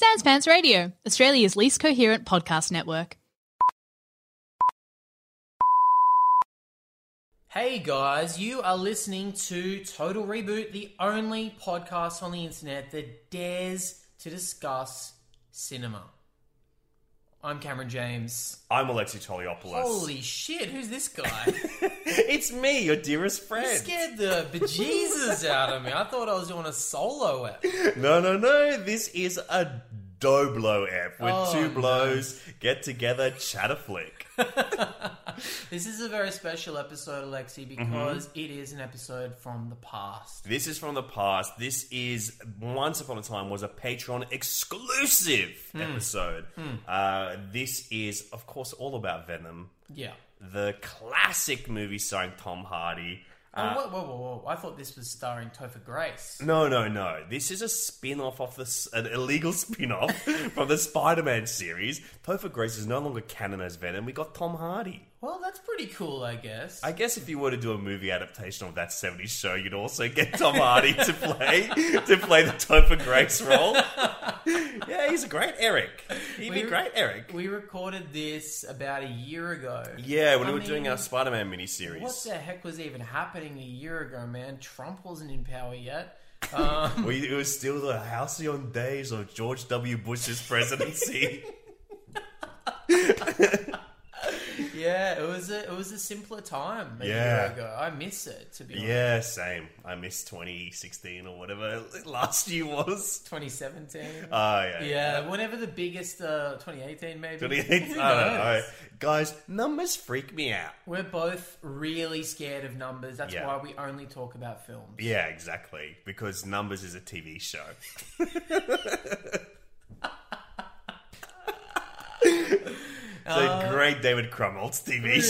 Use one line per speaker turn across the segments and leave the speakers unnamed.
Sanspants Radio, Australia's least coherent podcast network.
Hey guys, you are listening to Total Reboot, the only podcast on the internet that dares to discuss cinema. I'm Cameron James.
I'm Alexi Toliopoulos.
Holy shit, who's this guy?
It's me, your dearest
He
friend.
scared the bejesus out of me. I thought I was doing a solo app.
No, no, no. This is a Doblo app where
Oh,
two blows get together, chat a flick.
This is a very special episode, Alexi, because it is an episode from the past.
This is from the past. This is once upon a time was a Patreon exclusive
Hmm.
episode. Uh, this is, of course, all about Venom,
Yeah.
the classic movie starring Tom Hardy.
oh, whoa, whoa, whoa, whoa. I thought this was starring Topher Grace.
No, no, no. This is a spin off of this, an illegal spin off from the Spider Man series. Topher Grace is no longer canon as Venom. We got Tom Hardy.
Well, that's pretty cool, I guess.
I guess if you were to do a movie adaptation of that 70s show, you'd also get Tom Hardy to play to play the Topher Grace role. Yeah, he's a great Eric. He'd be
We-
great Eric.
We recorded this about a year ago.
yeah, when
I
we were
mean,
doing our Spider Man miniseries.
What the heck was even happening a year ago, man? Trump wasn't in power yet. Um,
We, it was still the halcyon days of George W. Bush's presidency.
yeah, it was a it was a simpler time a year
Yeah.
ago. I miss it to be honest.
Yeah, same. I missed 2016 or whatever last year was.
2017.
Oh, yeah.
yeah, whatever the biggest uh, 2018 maybe.
2018.
Who
I don't know.
knows?
Guys, numbers freak me out.
We're both really scared of numbers. That's
Yeah.
why we only talk about films.
Yeah, exactly. Because Numbers is a TV show. it's a great David Crumholtz TV
Uh, Really, I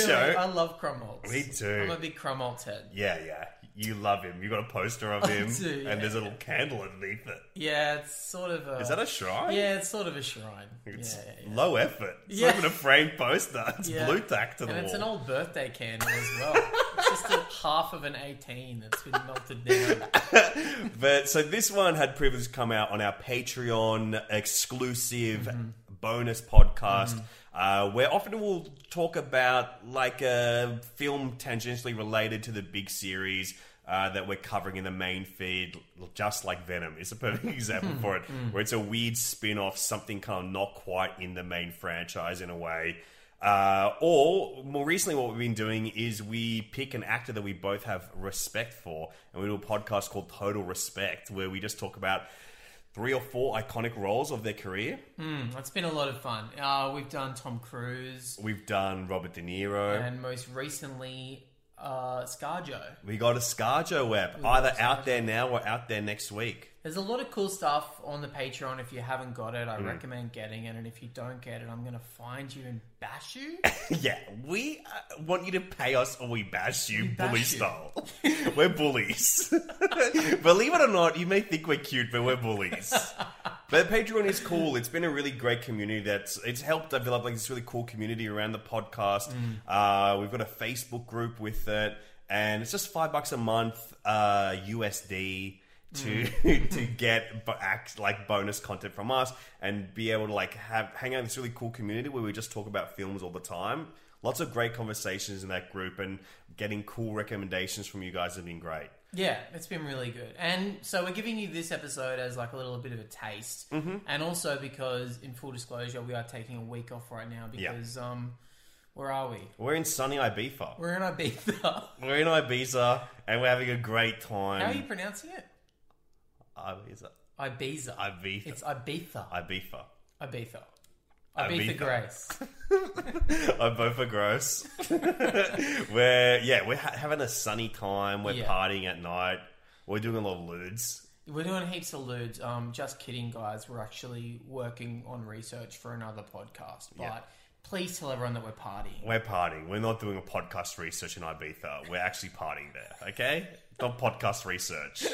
show.
love Crumholtz.
Me too.
I'm a big Crumholtz head.
Yeah, yeah. You love him. You got a poster of him,
do, yeah.
and there's a little candle underneath it.
Yeah, it's sort of a
Is that a shrine?
Yeah, it's sort of a shrine.
It's
yeah, yeah, yeah.
low effort. It's
Yeah.
not even a framed poster. It's
Yeah.
blue tack to the
And
wall.
it's an old birthday candle as well. it's just a half of an 18 that's been melted down.
But so this one had previously come out on our Patreon exclusive
Mm-hmm.
bonus podcast, uh, where often we'll talk about like a film tangentially related to the big series. Uh, that we're covering in the main feed, just like Venom is a perfect example
Hmm.
for it, where it's a weird spin off, something kind of not quite in the main franchise in a way. Uh, or more recently, what we've been doing is we pick an actor that we both have respect for, and we do a podcast called Total Respect, where we just talk about three or four iconic roles of their career.
Mm, it's been a lot of fun. Uh, we've done Tom Cruise
We've done Robert De Niro.
and most recently uh, Scarjo.
we got a ScarJo app, either out there now or out there next week.
There's a lot of cool stuff on the Patreon. If you haven't got it, I recommend getting it. And if you don't get it, I'm going to find you and bash you.
yeah, we uh, want you to pay us or we bash you
bash
bully
you.
style. we're bullies. Believe it or not, you may think we're cute, but we're bullies. But Patreon is cool. It's been a really great community that's it's helped develop like this really cool community around the podcast.
Mm.
Uh, we've got a Facebook group with it, and it's just five bucks a month uh, USD to
Mm.
to get bo- act, like bonus content from us and be able to like have hang out in this really cool community where we just talk about films all the time. Lots of great conversations in that group, and getting cool recommendations from you guys have been great.
Yeah, it's been really good. And so we're giving you this episode as like a little bit of a taste. Mm-hmm. And also because in full disclosure, we are taking a week off right now because um where are we?
We're in sunny Ibiza.
We're in Ibiza.
We're in Ibiza and we're having a great time.
How are you pronouncing it?
Ibiza.
Ibiza.
Ibiza.
It's Ibiza.
Ibiza.
Ibiza. Ibiza
Ibiza.
Grace.
I'm both are gross. we're yeah, we're ha- having a sunny time. We're
Yeah.
partying at night. We're doing a lot of ludes.
We're doing heaps of ludes. Um, just kidding, guys. We're actually working on research for another podcast. But
Yeah.
please tell everyone that we're partying.
We're partying. We're not doing a podcast research in Ibiza. We're actually partying there. Okay, not podcast research.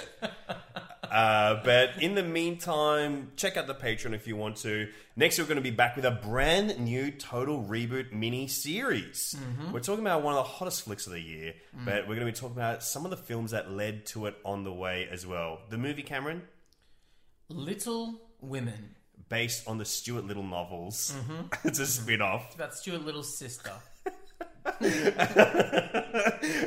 Uh, but in the meantime, check out the Patreon if you want to. Next, we're going to be back with a brand new total reboot mini series. We're talking about one of the hottest flicks of the year, but we're going to be talking about some of the films that led to it on the way as well. The movie, Cameron,
Little Women.
based on the Stuart Little novels. it's a spin off.
about Stuart Little's sister.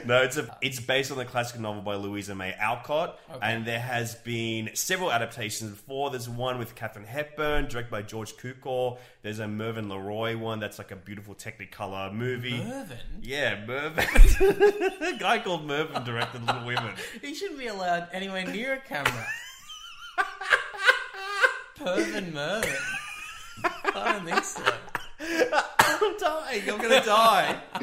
No, it's a, it's based on the classic novel by Louisa May Alcott, and there has been several adaptations before. There's one with Katharine Hepburn, directed by George Cukor. There's a Mervyn LeRoy one that's like a beautiful Technicolor movie.
Mervyn.
Yeah, Mervyn. a guy called Mervyn directed Little Women.
He shouldn't be allowed anywhere near a camera. Pervin Mervin. I don't think so.
I'm dying. I'm gonna die.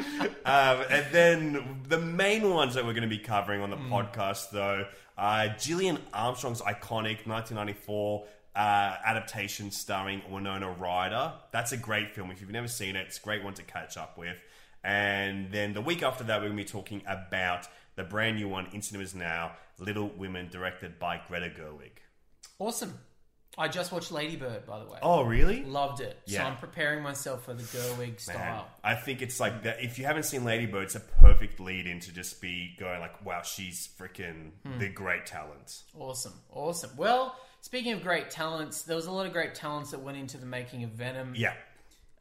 um, and then the main ones that we're going to be covering on the podcast, though, are Gillian Armstrong's iconic 1994 uh, adaptation starring Winona Ryder. That's a great film. If you've never seen it, it's a great one to catch up with. And then the week after that, we're going to be talking about the brand new one in cinemas now, Little Women, directed by Greta Gerwig.
Awesome. I just watched Lady Bird, by the way.
Oh, really?
Loved it. So
Yeah.
I'm preparing myself for the Gerwig
Man,
style.
I think it's like that. If you haven't seen Lady Bird, it's a perfect lead in to just be going like, "Wow, she's freaking
Hmm.
the great talent."
Awesome. Awesome. Well, speaking of great talents, there was a lot of great talents that went into the making of Venom.
Yeah,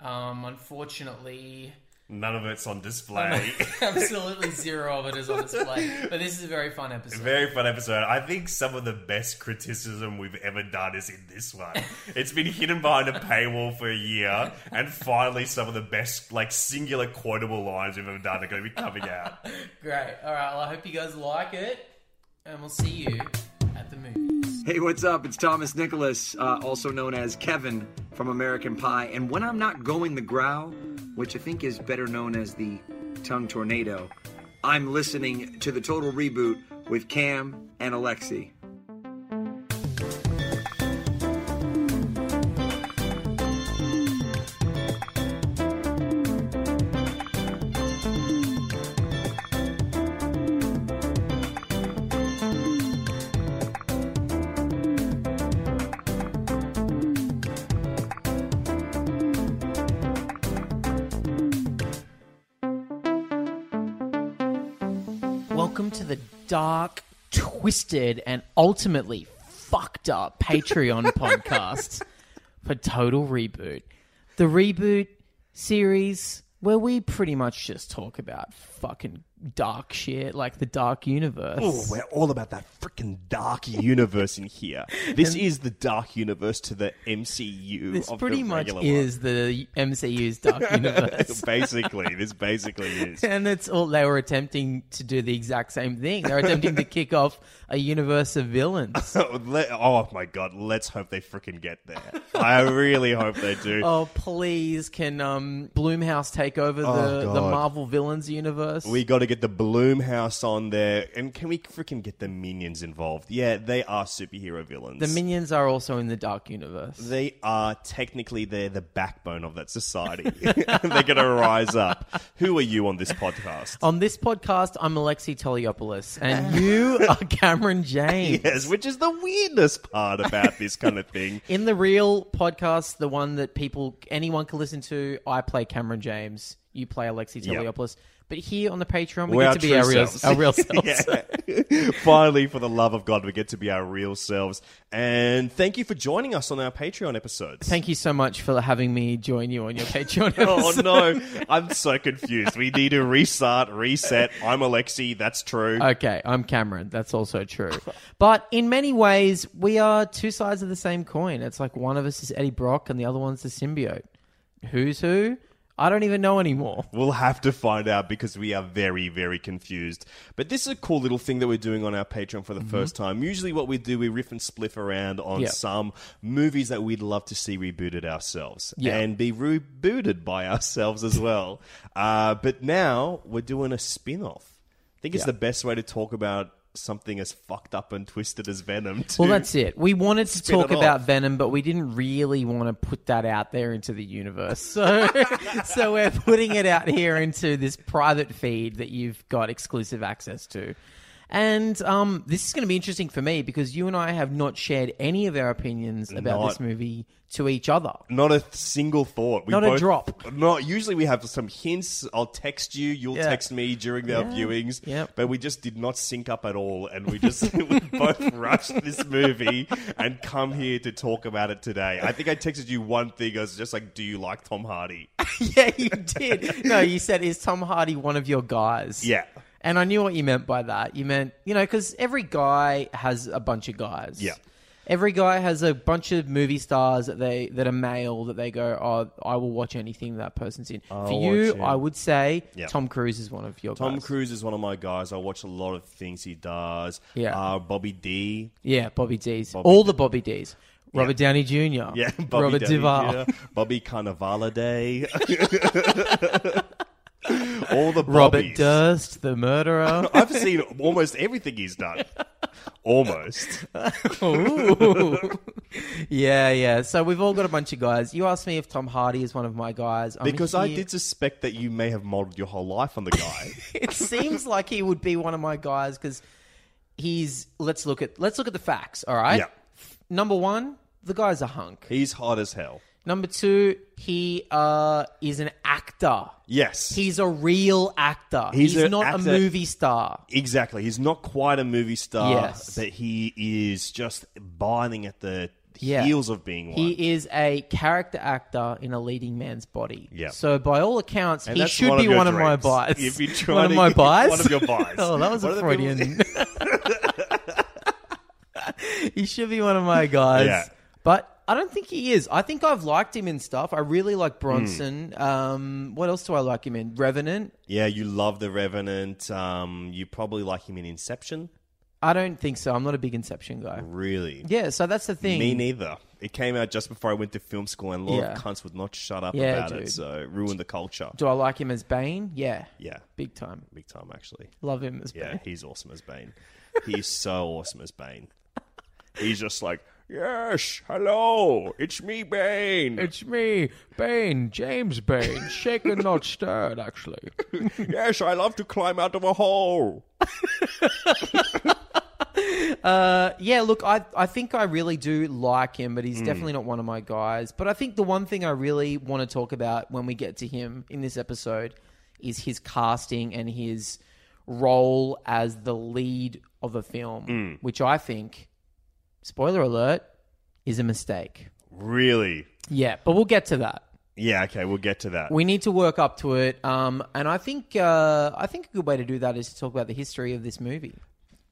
Um, unfortunately,
none of it's on display.
absolutely zero of it is on display. But this is a very fun episode.
Very fun episode. I think some of the best criticism we've ever done is in this one. it's been hidden behind a paywall for a year, and finally, some of the best like singular quotable lines we've ever done are going to be coming out.
Great. All right. Well, I hope you guys like it, and we'll see you at the movies.
Hey, what's up? It's Thomas Nicholas, uh, also known as Kevin from American Pie. And when I'm not going the growl, which I think is better known as the tongue tornado, I'm listening to the total reboot with Cam and Alexi.
Welcome to the dark, twisted, and ultimately fucked up Patreon podcast for Total Reboot. The reboot series where we pretty much just talk about fucking dark shit, like the dark universe.
Oh, we're all about that freaking dark universe in here. This is the dark universe to the MCU.
this pretty much is the MCU's dark universe.
basically, this basically is.
and it's all they were attempting to do the exact same thing. They're attempting to kick off a universe of villains.
Oh, le- oh my god, let's hope they freaking get there. I really hope they do.
Oh please, can um, Bloomhouse take over the,
Oh,
the
God.
Marvel villains universe?
We got to get the Bloom House on there, and can we freaking get the minions involved? Yeah, they are superhero villains.
the minions are also in the dark universe.
they are technically they're the backbone of that society. they're gonna rise up. Who are you on this podcast?
On this podcast, I'm Alexi Toliopoulos, and you are Cameron James.
Yes, which is the weirdest part about this kind of thing.
In the real podcast, the one that people anyone can listen to, I play Cameron James, you play Alexi
Yep.
Toliopoulos. But here on the Patreon, we
We're
get to be our
true
real,
selves.
our real selves.
Yeah. Finally, for the love of God, we get to be our real selves. And thank you for joining us on our Patreon episodes.
Thank you so much for having me join you on your Patreon.
Oh
episode.
no, I'm so confused. We need to restart, reset. I'm Alexi, that's true.
Okay, I'm Cameron. That's also true. But in many ways, we are two sides of the same coin. It's like one of us is Eddie Brock and the other one's the symbiote. Who's who? I don't even know anymore.
We'll have to find out because we are very, very confused. But this is a cool little thing that we're doing on our Patreon for the first time. Usually, what we do, we riff and spliff around on
Mm-hmm. Yeah.
some movies that we'd love to see rebooted ourselves
Yeah.
and be rebooted by ourselves as well. uh, but now we're doing a spin off. I think it's
Yeah.
the best way to talk about something as fucked up and twisted as Venom.
Well,
too.
that's it. We wanted to
Spin
talk
it off.
about Venom, but we didn't really want to put that out there into the universe. So, so we're putting it out here into this private feed that you've got exclusive access to. And um, this is going to be interesting for me because you and I have not shared any of our opinions about
Not-
this movie to each other.
Not a th- single thought. We
Not a drop.
Not usually we have some hints. I'll text you. You'll
Yeah.
text me during our viewings.
Yep.
But we just did not sync up at all, and we just we both rushed this movie and come here to talk about it today. I think I texted you one thing. I was just like, "Do you like Tom Hardy?"
yeah, you did. No, you said, is Tom Hardy one of your guys?
Yeah.
And I knew what you meant by that. You meant, you know, because every guy has a bunch of guys.
Yeah.
Every guy has a bunch of movie stars that they that are male that they go, oh, I will watch anything that person's in. For
watch
you,
it.
I would say
Yeah.
Tom Cruise is one of your
Tom
guys.
Cruise is one of my guys. I watch a lot of things he does.
Yeah.
Uh, Bobby D.
Yeah, Bobby D's. All the Bobby D's. Robert Downey Jr.
Yeah. Bobby
Robert
Downey
Duvall.
Jr., Bobby Cannavale. all the
Robert
Bobbies.
Durst, the murderer.
I've seen almost everything he's done. Almost.
Ooh. yeah, yeah. So we've all got a bunch of guys. You asked me if Tom Hardy is one of my guys. I'm
Because I
here-
did suspect that you may have modeled your whole life on the guy.
It seems like he would be one of my guys because he's. Let's look at let's look at the facts. All right.
Yeah.
Number one, the guy's a hunk.
he's hot as hell.
Number two, he uh, is an actor.
Yes.
He's a real actor.
He's
He's,
an
not
actor-
a movie star.
Exactly. He's not quite a movie star,
Yes.
but he is just biting at the
Yeah.
heels of being one.
He is a character actor in a leading man's body.
Yeah.
So by all accounts,
And
he
that's
should
one of
be
your
one of my
dreams.
buys.
If you try
one of
to-
my buys.
one of your buys.
oh, that was
One
a
of the people-
Freudian. he should be one of my guys.
Yeah.
But I don't think he is. I think I've liked him in stuff. I really like Bronson. Um, what else do I like him in? Revenant.
yeah, you love The Revenant. Um, you probably like him in Inception.
I don't think so. I'm not a big Inception guy.
Really?
Yeah. So that's the thing.
Me neither. It came out just before I went to film school, and a lot
Yeah.
of cunts would not shut up
Yeah,
about
dude.
it, so it ruined the culture.
do I like him as Bane? Yeah.
Yeah,
Big time.
big time actually.
Love him as
Yeah,
Bane.
he's awesome as Bane. He's so awesome as Bane. He's just like, yes, hello, it's me, Bane.
It's me, Bane, James Bane, shaken not stirred, actually.
yes, I love to climb out of a hole.
yeah, look, I, I think I really do like him, but
Hmm.
he's definitely not one of my guys. But I think the one thing I really want to talk about when we get to him in this episode is his casting and his role as the lead of a film,
Hmm.
which I think, spoiler alert, is a mistake.
Really?
Yeah, but we'll get to that.
Yeah. Okay, we'll get to that.
We need to work up to it, um, and I think uh, I think a good way to do that is to talk about the history of this movie.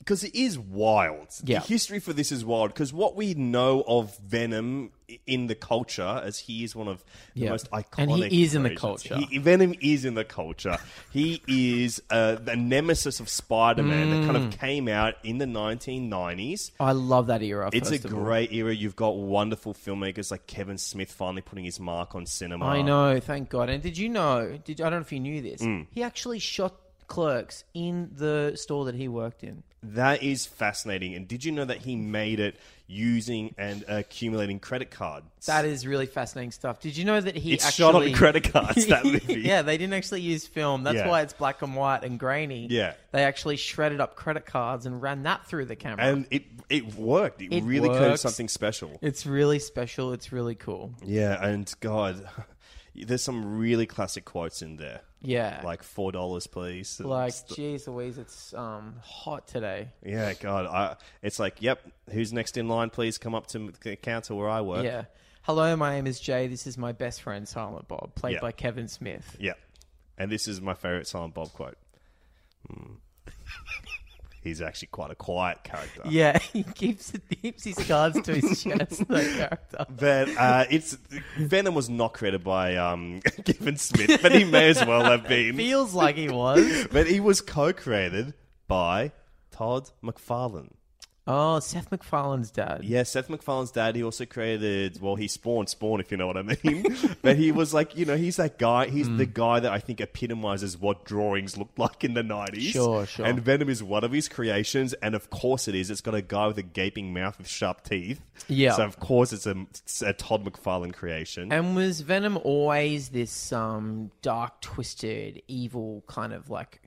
because it is wild.
Yeah.
The history for this is wild because what we know of Venom i- in the culture, as he is one of the
Yeah.
most iconic,
And he is in the
creations.
culture.
He, Venom is in the culture. he is uh, the nemesis of Spider-Man that kind
Mm.
of came out in the 1990s.
I love that era.
It's a
first of all.
great era. You've got wonderful filmmakers like Kevin Smith finally putting his mark on cinema.
I know, thank God. And did you know? Did I don't know if you knew this?
Mm.
He actually shot clerks in the store that he worked in.
That is fascinating. And did you know that he made it using and accumulating credit cards?
That is really fascinating stuff. Did you know that he
it's
actually
shot on credit cards. That movie.
yeah, they didn't actually use film. That's
Yeah.
why it's black and white and grainy.
Yeah.
they actually shredded up credit cards and ran that through the camera.
and it it worked. It,
It
really created
works.
something special.
it's really special. It's really cool.
Yeah, and God, there's some really classic quotes in there.
Yeah.
like four dollars, please. and
Like,
st-
geez, Louise, it's um hot today.
yeah, God, I, it's like, yep, who's next in line? Please come up to m- the counter where I work.
Yeah. Hello, my name is Jay. This is my best friend, Silent Bob, played
Yeah.
by Kevin Smith.
yeah. And this is my favorite Silent Bob quote. Hmm. He's actually quite a quiet character.
Yeah, he keeps he keeps his cards to his chest. That character.
But uh, it's Venom was not created by um, Kevin Smith, but he may as well have been.
Feels like he was.
but he was co-created by Todd McFarlane.
Oh, Seth MacFarlane's dad.
Yeah, Seth MacFarlane's dad. He also created, well, he spawned Spawn, if you know what I mean. but he was like, you know, he's that guy. He's
Mm.
the guy that I think epitomizes what drawings looked like in the nineties.
Sure, sure.
And Venom is one of his creations, and of course it is. It's got a guy with a gaping mouth with sharp teeth.
Yeah.
So of course it's a, it's a Todd McFarlane creation.
And was Venom always this um, dark, twisted, evil kind of like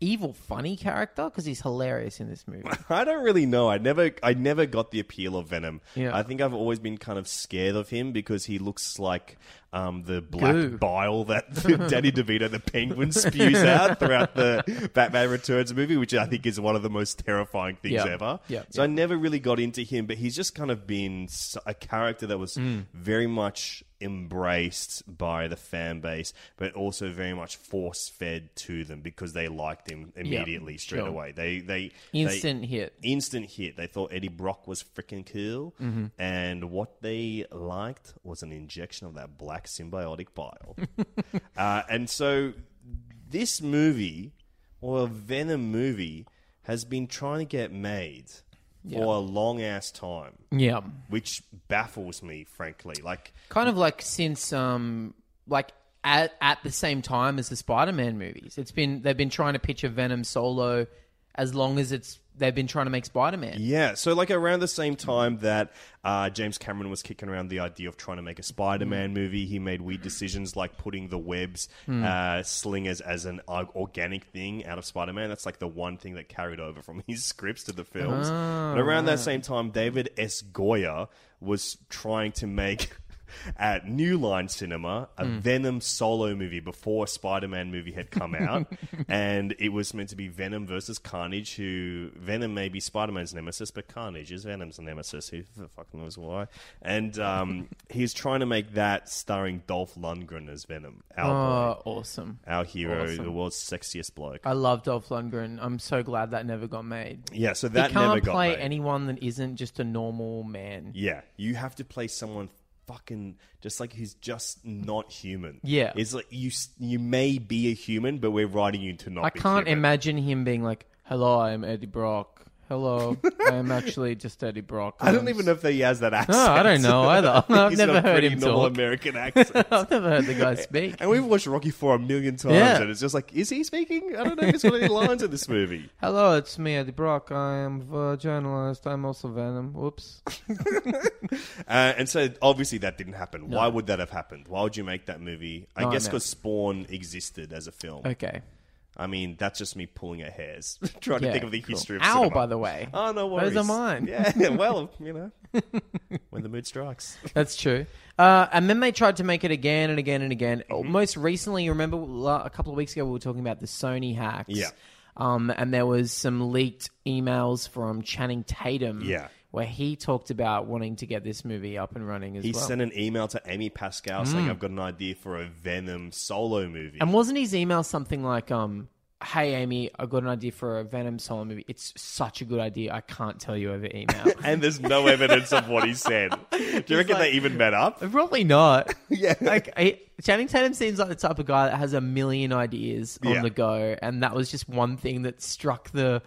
evil funny character? Because he's hilarious in this movie.
I don't really know. I never, I never got the appeal of Venom.
Yeah.
I think I've always been kind of scared of him because he looks like um, the black
Goo.
bile that Danny DeVito, the Penguin, spews out throughout the Batman Returns movie, which I think is one of the most terrifying things
Yeah.
ever.
Yeah.
So I never really got into him, but he's just kind of been s- a character that was
Mm.
very much embraced by the fan base, but also very much force fed to them because they liked him immediately straight
sure.
away. They they they-
Instant hit.
instant hit. They thought Eddie Brock was freaking cool, and what they liked was an injection of that black symbiotic bile. uh, and so, this movie, or a Venom movie, has been trying to get made for a long ass time,
Yeah.
which baffles me, frankly. Like,
Kind of like since um like at at the same time as the Spider-Man movies. It's been they've been trying to picture Venom solo as long as it's they've been trying to make Spider-Man.
Yeah, so like around the same time that uh, James Cameron was kicking around the idea of trying to make a Spider-Man movie, he made weird decisions like putting the webs uh, slingers as an o- organic thing out of Spider-Man. That's like the one thing that carried over from his scripts to the films. But around that same time, David S. Goya was trying to make. At New Line Cinema, a
Hmm.
Venom solo movie before Spider Man movie had come out, and it was meant to be Venom versus Carnage. Who Venom may be Spider Man's nemesis, but Carnage is Venom's nemesis. Who the fuck knows why? And um, he's trying to make that starring Dolph Lundgren as Venom, our boy,
Oh, awesome.
our hero, the world's sexiest bloke.
I love Dolph Lundgren. I'm so glad that never got made.
yeah, so that
you can't
never got
play
made.
anyone that isn't just a normal man.
Yeah, you have to play someone fucking just like who's just not human.
Yeah.
it's like you s- you may be a human, but we're writing you to not.
I
be
can't
human.
imagine him being like, "Hello, I'm Eddie Brock. Hello, I'm actually just Eddie Brock."
I don't even know if he has that accent.
I don't know either.
I think
I've
he's
never
got a
heard
pretty
him
normal
talk.
American accent.
I've never heard the guy speak.
And we've watched Rocky Four a million times,
Yeah.
and it's just like, is he speaking? I don't know if he's got any lines in this movie.
Hello, it's me, Eddie Brock. I am a journalist. I'm also Venom. Whoops.
Uh, and so, obviously, that didn't happen. Why would that have happened? Why would you make that movie? I guess
no.
because Spawn existed as a film.
Okay.
I mean, that's just me pulling at hairs, trying to
Yeah,
think of the
cool.
history of
Owl,
cinema.
by the way.
Oh no worries.
Those are mine.
Yeah. Well, you know, when the mood strikes.
That's true. Uh, and then they tried to make it again and again and again.
Oh.
Most recently, remember la- a couple of weeks ago, we were talking about the Sony hacks.
Yeah.
Um, and there was some leaked emails from Channing Tatum.
Yeah.
Where he talked about wanting to get this movie up and running as
He
well.
sent an email to Amy Pascal saying, "I've got an idea for a Venom solo movie."
and wasn't his email something like, um, "Hey Amy, I got an idea for a Venom solo movie. It's such a good idea. I can't tell you over email."
And there's no evidence of what he said. Do you reckon they even met up?
Probably not. yeah. Like I, Channing Tatum seems like the type of guy that has a million ideas on
Yeah.
the go, and that was just one thing that struck the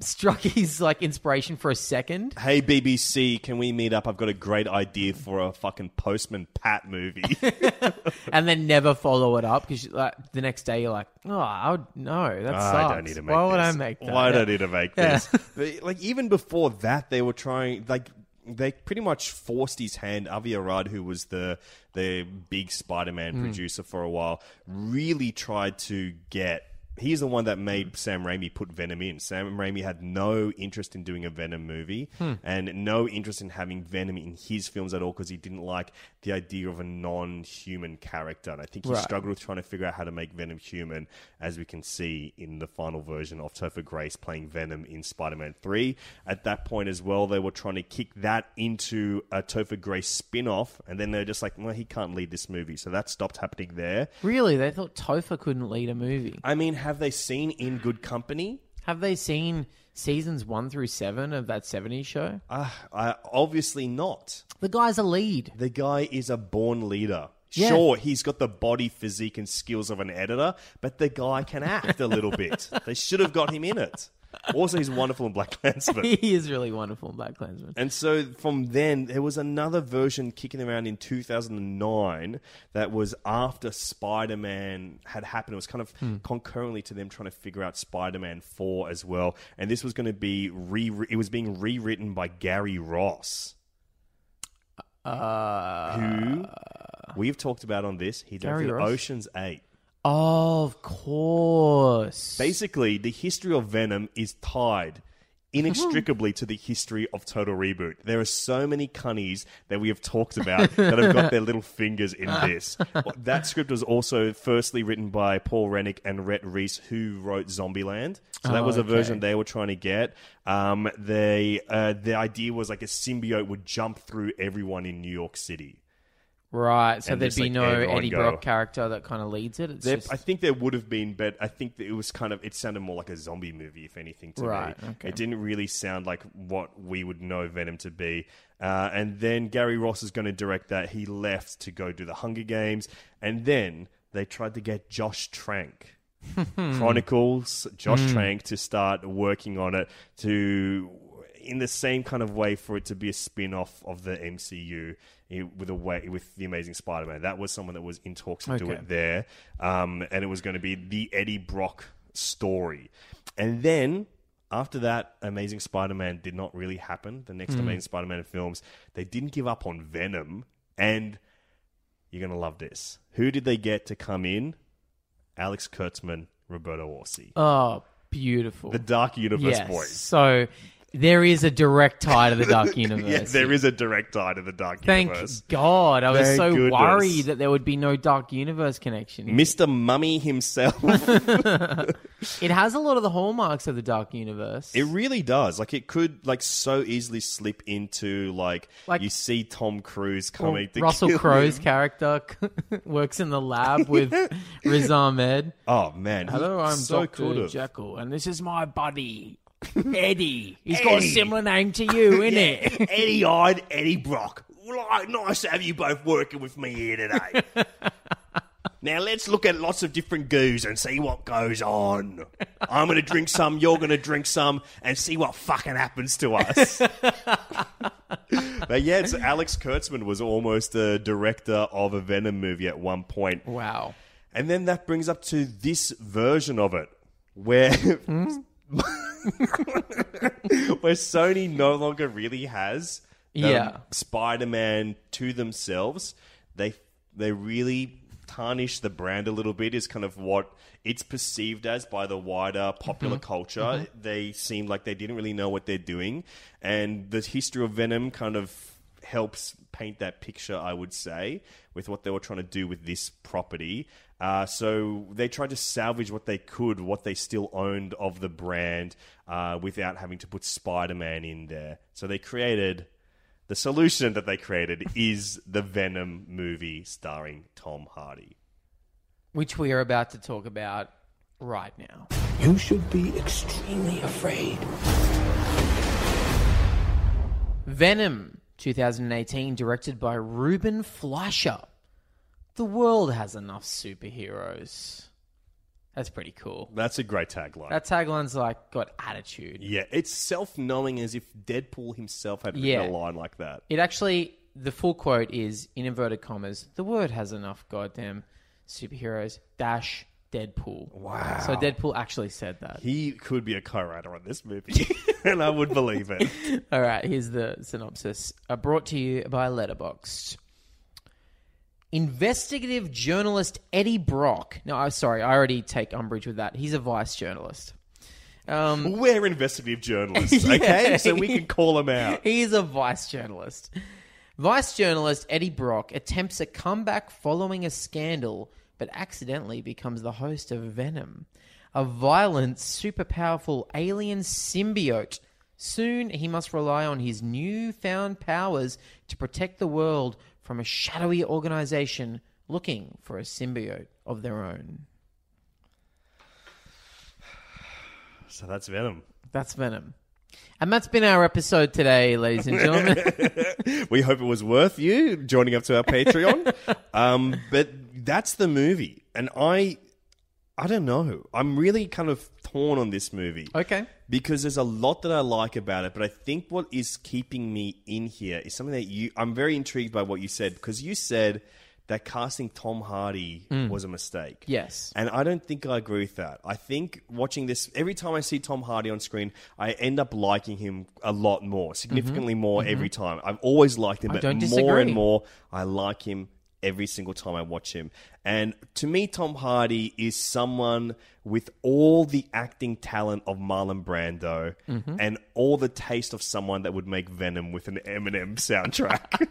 struck his like inspiration for a second.
Hey BBC, can we meet up? I've got a great idea for a fucking Postman Pat movie.
and then never follow it up because like, the next day you're like, oh, I would no, that
Ah,
sucks.
I don't need to make
Why would I
this.
make that?
Why do I
Yeah.
need to make
Yeah.
this? But, like even before that, they were trying like they pretty much forced his hand. Avi Arad, who was the the big Spider-Man
Hmm.
producer for a while, really tried to get. He's the one that made Sam Raimi put Venom in. Sam Raimi had no interest in doing a Venom movie
Hmm.
and no interest in having Venom in his films at all because he didn't like the idea of a non human character. And I think he
Right.
struggled with trying to figure out how to make Venom human, as we can see in the final version of Topher Grace playing Venom in Spider Man 3. At that point as well, they were trying to kick that into a Topher Grace spin off, and then they're just like, well, he can't lead this movie. So that stopped happening there.
Really, they thought Topher couldn't lead a movie.
I mean, have they seen In Good Company?
Have they seen seasons one through seven of that '70s show?
Uh, uh, obviously not.
The guy's a lead.
The guy is a born leader.
Yeah.
Sure, he's got the body, physique, and skills of an editor, but the guy can act a little bit. They should have got him in it. Also, he's wonderful in Black Klansman.
he is really wonderful, in Black Klansman.
And so from then, there was another version kicking around in 2009 that was after Spider Man had happened. It was kind of concurrently to them trying to figure out Spider Man 4 as well. And this was going to be re- it was being rewritten by Gary Ross.
Uh,
who we've talked about on this. He
Gary
directed
Ross?
Ocean's Eight.
Of course.
Basically, the history of Venom is tied inextricably to the history of Total Reboot. There are so many cunnies that we have talked about that have got their little fingers in this. Well, That script was also firstly written by Paul Rennick and Rhett Reese, who wrote Zombieland. So that
Oh,
was a
okay.
version they were trying to get. Um, they uh, the idea was like a symbiote would jump through everyone in New York City.
Right. So
And
there'd
just,
be
like,
no
everyone
Eddie
go.
Brock character that kind of leads it. It's
There,
just,
I think there would have been, but I think that it was kind of it sounded more like a zombie movie, if anything, to
Right,
me.
okay.
It didn't really sound like what we would know Venom to be. Uh, and then Gary Ross is going to direct that. He left to go do the Hunger Games, and then they tried to get Josh Trank. Chronicles, Josh Trank to start working on it to in the same kind of way for it to be a spin-off of the MCU it- with a way with the Amazing Spider-Man. That was someone that was in talks to do
Okay.
it there, um, and it was going to be the Eddie Brock story. And then after that, Amazing Spider-Man did not really happen. The next Amazing Spider-Man films, they didn't give up on Venom, and you're going to love this. Who did they get to come in? Alex Kurtzman, Roberto Orsi.
oh, beautiful.
the Dark Universe
yes.
boys.
So there is a direct tie to the Dark Universe.
Yeah, there is a direct tie to the Dark
Thank
Universe.
God. I was
Thank
so
goodness.
worried that there would be no Dark Universe connection.
Mr. Mummy himself.
It has a lot of the hallmarks of the Dark Universe.
it really does. Like it could like so easily slip into like,
Like-
you see Tom Cruise
Well,
coming. to
Russell
kill
Crowe's
him.
character works in the lab with Riz Ahmed.
Oh man,
Hello,
he
I'm
so
Dr.
could have.
Jekyll, and this is my buddy, Eddie. He's got a similar name to you, isn't it?
Eddie Eyed, Eddie Brock. Right, Nice to have you both working with me here today. now let's look at lots of different goos and see what goes on. I'm going to drink some, you're going to drink some, and see what fucking happens to us. but yeah, it's Alex Kurtzman was almost a director of a Venom movie at one point.
Wow.
And then that brings up to this version of it, where where Sony no longer really has um, the
Yeah.
Spider-Man to themselves. They they really tarnish the brand a little bit is kind of what it's perceived as by the wider popular culture. They seem like they didn't really know what they're doing, and the history of Venom kind of helps paint that picture, I would say, with what they were trying to do with this property. Uh, so they tried to salvage what they could, what they still owned of the brand, uh, without having to put Spider Man in there. So they created. The solution that they created is the Venom movie starring Tom Hardy.
Which we are about to talk about right now.
You should be extremely afraid.
Venom 2018, directed by Ruben Fleischer. The world has enough superheroes. That's pretty cool.
That's a great tagline.
That tagline's like got attitude.
yeah, it's self knowing as if Deadpool himself had written
Yeah.
a line like that.
It actually, the full quote is in inverted commas. The word has enough goddamn superheroes dash Deadpool. Wow. So Deadpool actually said that.
He could be a co writer on this movie, and I would believe it.
All right, here's the synopsis. Uh, brought to you by Letterboxd. Investigative journalist Eddie Brock. No, I'm sorry, I already take umbrage with that. He's a vice journalist. Um,
We're investigative journalists, okay?
Yeah.
So we can call him out.
He is a vice journalist. Vice journalist Eddie Brock attempts a comeback following a scandal, but accidentally becomes the host of Venom, a violent, super powerful alien symbiote. Soon he must rely on his newfound powers to protect the world from a shadowy organization looking for a symbiote of their own.
So that's Venom.
That's Venom. And that's been our episode today, ladies and gentlemen.
We hope it was worth you joining up to our Patreon. um, but that's the movie. And I, I don't know. I'm really kind of torn on this movie.
okay.
because there's a lot that I like about it, but I think what is keeping me in here is something that you. I'm very intrigued by what you said because you said that casting Tom Hardy was a mistake.
Yes.
And I don't think I agree with that. I think watching this, every time I see Tom Hardy on screen, I end up liking him a lot more, significantly more every time. I've always liked him, but
Mm-hmm. don't
more and
disagree.
more I like him every single time I watch him. And to me, Tom Hardy is someone with all the acting talent of Marlon Brando
Mm-hmm.
and all the taste of someone that would make Venom with an Eminem soundtrack.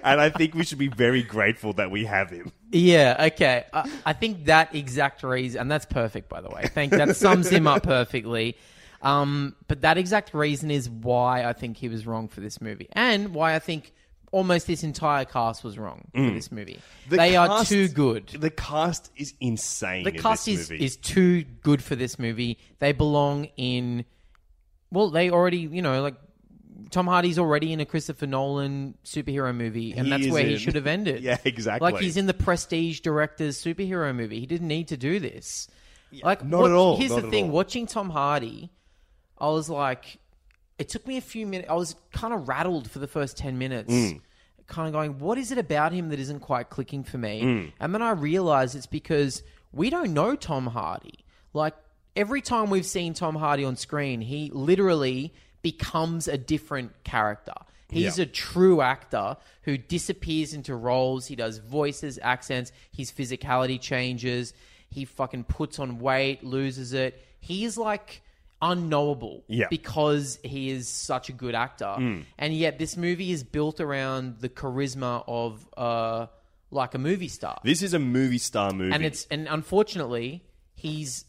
and I think we should be very grateful that we have him.
Yeah, okay. I, I think that exact reason, and that's perfect, by the way. Thank that sums him up perfectly. Um, but that exact reason is why I think he was wrong for this movie, and why I think almost this entire cast was wrong for this movie. they are
cast-
too good.
The cast is insane.
The
in
cast
this
is,
movie.
is too good for this movie. They belong in. Well, they already, you know, like Tom Hardy's already in a Christopher Nolan superhero movie, and
He
that's
is
where he
in-
should have ended.
Yeah, exactly.
Like he's in the prestige director's superhero movie. He didn't need to do this. like
not
watch-
at all,
Here's
not
the
at
thing:
all.
watching Tom Hardy, I was like, it took me a few minutes. I was kind of rattled for the first 10 minutes,
Mm.
kind of going, what is it about him that isn't quite clicking for me?
Mm.
And then I realized it's because we don't know Tom Hardy. Like, every time we've seen Tom Hardy on screen, he literally becomes a different character. He's
Yeah.
a true actor who disappears into roles. He does voices, accents, his physicality changes. He fucking puts on weight, loses it. He's like unknowable
Yeah.
because he is such a good actor.
Mm.
And yet this movie is built around the charisma of uh like a movie star.
This is a movie star movie.
and it's and unfortunately, he's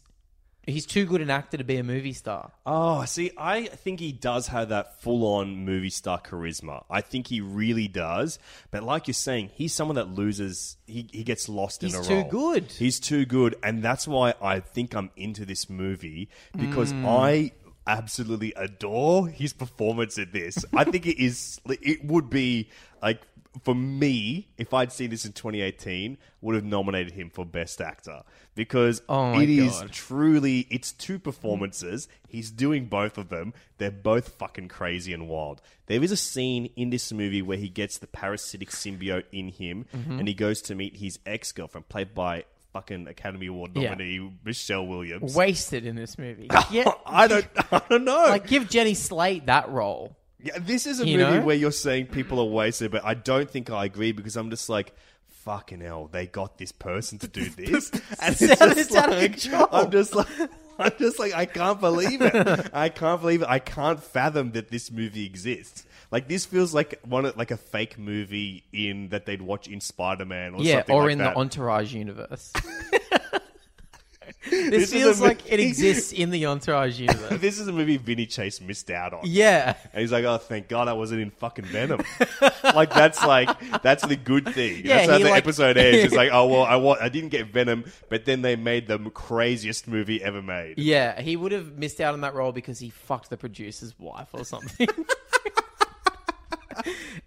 he's too good an actor to be a movie star.
Oh, see, I think he does have that full on movie star charisma. I think he really does. But like you're saying, he's someone that loses, he, he gets lost
He's
in a
too
role.
good.
He's too good. And that's why I think I'm into this movie because
Mm.
I absolutely adore his performance in this. I think it is, it would be like, for me, if I'd seen this in 2018, would have nominated him for Best Actor because
Oh my
it is
God.
truly it's two performances he's doing both of them they're both fucking crazy and wild there is a scene in this movie where he gets the parasitic symbiote in him
Mm-hmm.
and he goes to meet his ex-girlfriend played by fucking academy award
Yeah.
nominee michelle williams
Wasted in this movie. Yeah.
i don't i don't know
Like give Jenny Slate that role.
yeah, this is a
You
movie
know?
where you're saying people are wasted, but I don't think I agree because I'm just like, fucking hell, they got this person to do this, and it's
Sound
just
is out of
like,
control.
I'm just like. I'm just like I can't believe it. I can't believe it. I can't fathom that this movie exists. Like this feels like one of- like a fake movie in that they'd watch in Spider Man or
Yeah,
something
or
like
in
that.
the Entourage universe.
This
this
is
feels
a
like it
movie-
exists in the Entourage universe.
This is a movie Vinny Chase missed out on.
yeah.
And he's like, oh, thank God I wasn't in fucking Venom. like, that's like, that's the good thing.
Yeah,
that's how
he
the
like-
episode ends. It's like, oh, well, I, wa- I didn't get Venom, but then they made the craziest movie ever made.
Yeah, he would have missed out on that role because he fucked the producer's wife or something.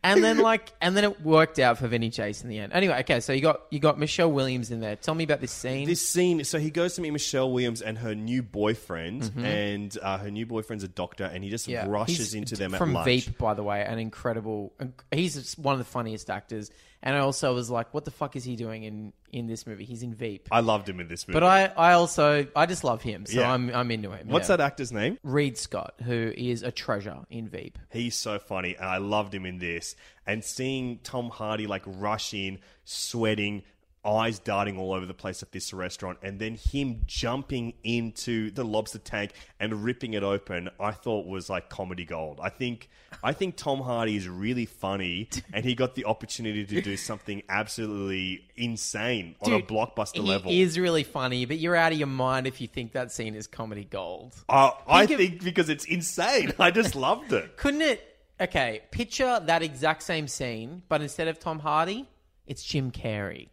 and then like and then it worked out for Vinny Chase in the end. Anyway, okay, so you got you got Michelle Williams in there. Tell me about this scene.
This scene, so he goes to meet Michelle Williams and her new boyfriend, and uh, her new boyfriend's a doctor, and he just
Mm-hmm. Yeah.
rushes
He's
into them
from
at lunch.
Veep, by the way, an incredible. He's one of the funniest actors, and I also was like, "What the fuck is he doing in in this movie? He's in Veep."
I loved him in this movie.
But I, I also, I just love him, so
Yeah.
I'm, I'm into him.
What's
yeah.
that actor's name?
Reed Scott, who is a treasure in Veep.
He's so funny, and I loved him in this. And seeing Tom Hardy like rush in, sweating, eyes darting all over the place at this restaurant, and then him jumping into the lobster tank and ripping it open, I thought was like comedy gold. I think I think Tom Hardy is really funny, and he got the opportunity to do something absolutely insane on a
Dude,
blockbuster level.
He is really funny, but you're out of your mind if you think that scene is comedy gold.
Uh, I
Think of-
think because it's insane. I just loved it.
Couldn't it? Okay, picture that exact same scene, but instead of Tom Hardy, it's Jim Carrey.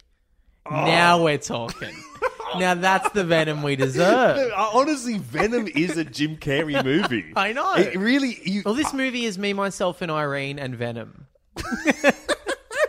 Oh.
Now we're talking. now that's the venom we deserve.
Uh, Honestly, Venom is a Jim Carrey movie.
I know.
It really, you,
Well, this movie is me, myself, and Irene and Venom.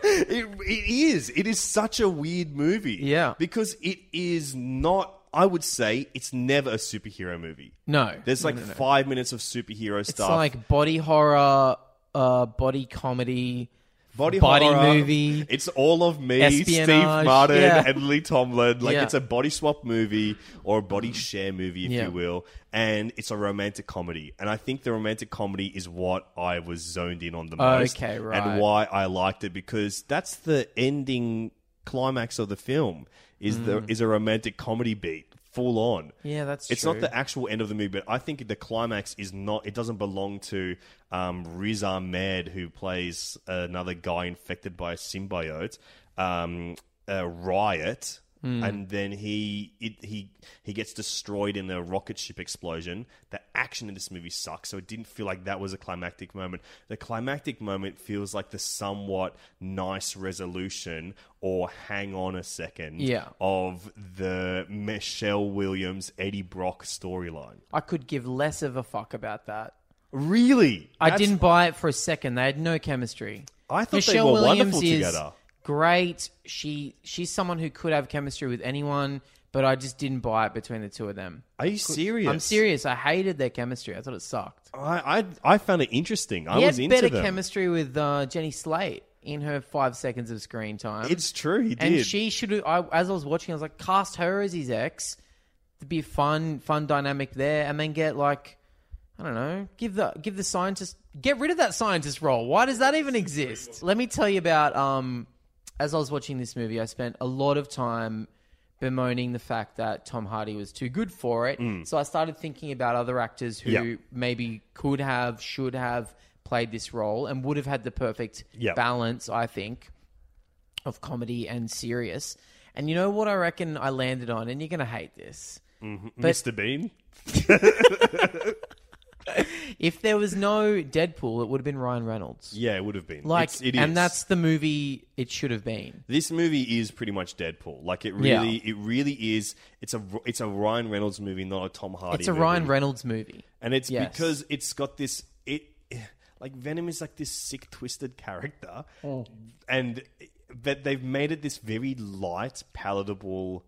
it, it is. It is such a weird movie.
Yeah.
Because it is not, I would say, it's never a superhero movie.
No,
There's like five minutes of superhero
it's
stuff.
like body horror, uh, body comedy,
Body
Body
horror.
movie.
It's all of me,
Espionage.
Steve Martin,
Yeah.
and Lee Tomlin. Like
Yeah.
it's a body swap movie or a body share movie, if
Yeah.
you will, and it's a romantic comedy. And I think the romantic comedy is what I was zoned in on the most,
Okay, right.
and why I liked it because that's the ending climax of the film is the is a romantic comedy beat full on.
Mm. Yeah, that's
it's
true.
not the actual end of the movie, but I think the climax is not. It doesn't belong to um, Riz Ahmed, who plays another guy infected by a symbiote, um, a riot,
Hmm.
and then he it, he he gets destroyed in a rocket ship explosion. The action in this movie sucks, so it didn't feel like that was a climactic moment. The climactic moment feels like the somewhat nice resolution or hang on a second
Yeah.
of the Michelle Williams Eddie Brock storyline.
I could give less of a fuck about that.
Really?
I didn't buy it for a second. They had no chemistry.
I thought they were wonderful together.
Great. She she's someone who could have chemistry with anyone, but I just didn't buy it between the two of them.
Are you serious?
I'm serious. I hated their chemistry. I thought it sucked.
I I, I found it interesting. I
he
was
had
into
better
them.
chemistry with uh, Jenny Slate in her five seconds of screen time.
It's true. He did.
and she should. I, as I was watching, I was like, cast her as his ex. It'd be a fun, fun dynamic there, and then get like, I don't know, give the give the scientist get rid of that scientist role. Why does that even exist? Let me tell you about. Um, as I was watching this movie, I spent a lot of time bemoaning the fact that Tom Hardy was too good for it. So I started thinking about other actors who
Mm. Yeah.
maybe could have, should have played this role and would have had the perfect
Yeah.
balance, I think of comedy and serious. And you know what I reckon I landed on, and you're gonna hate this.
Mr. Bean.
If there was no Deadpool, it would have been Ryan Reynolds.
Yeah, it would have been.
Like,
It's- it is.
and that's the movie it should have been.
this movie is pretty much Deadpool. Like it
Yeah.
really, it really is. It's a it's a Ryan Reynolds movie, not a Tom Hardy.
It's a
movie.
Ryan Reynolds movie.
and it's
Yes.
because it's got this it like Venom is like this sick, twisted character,
Mm.
and that they've made it this very light, palatable.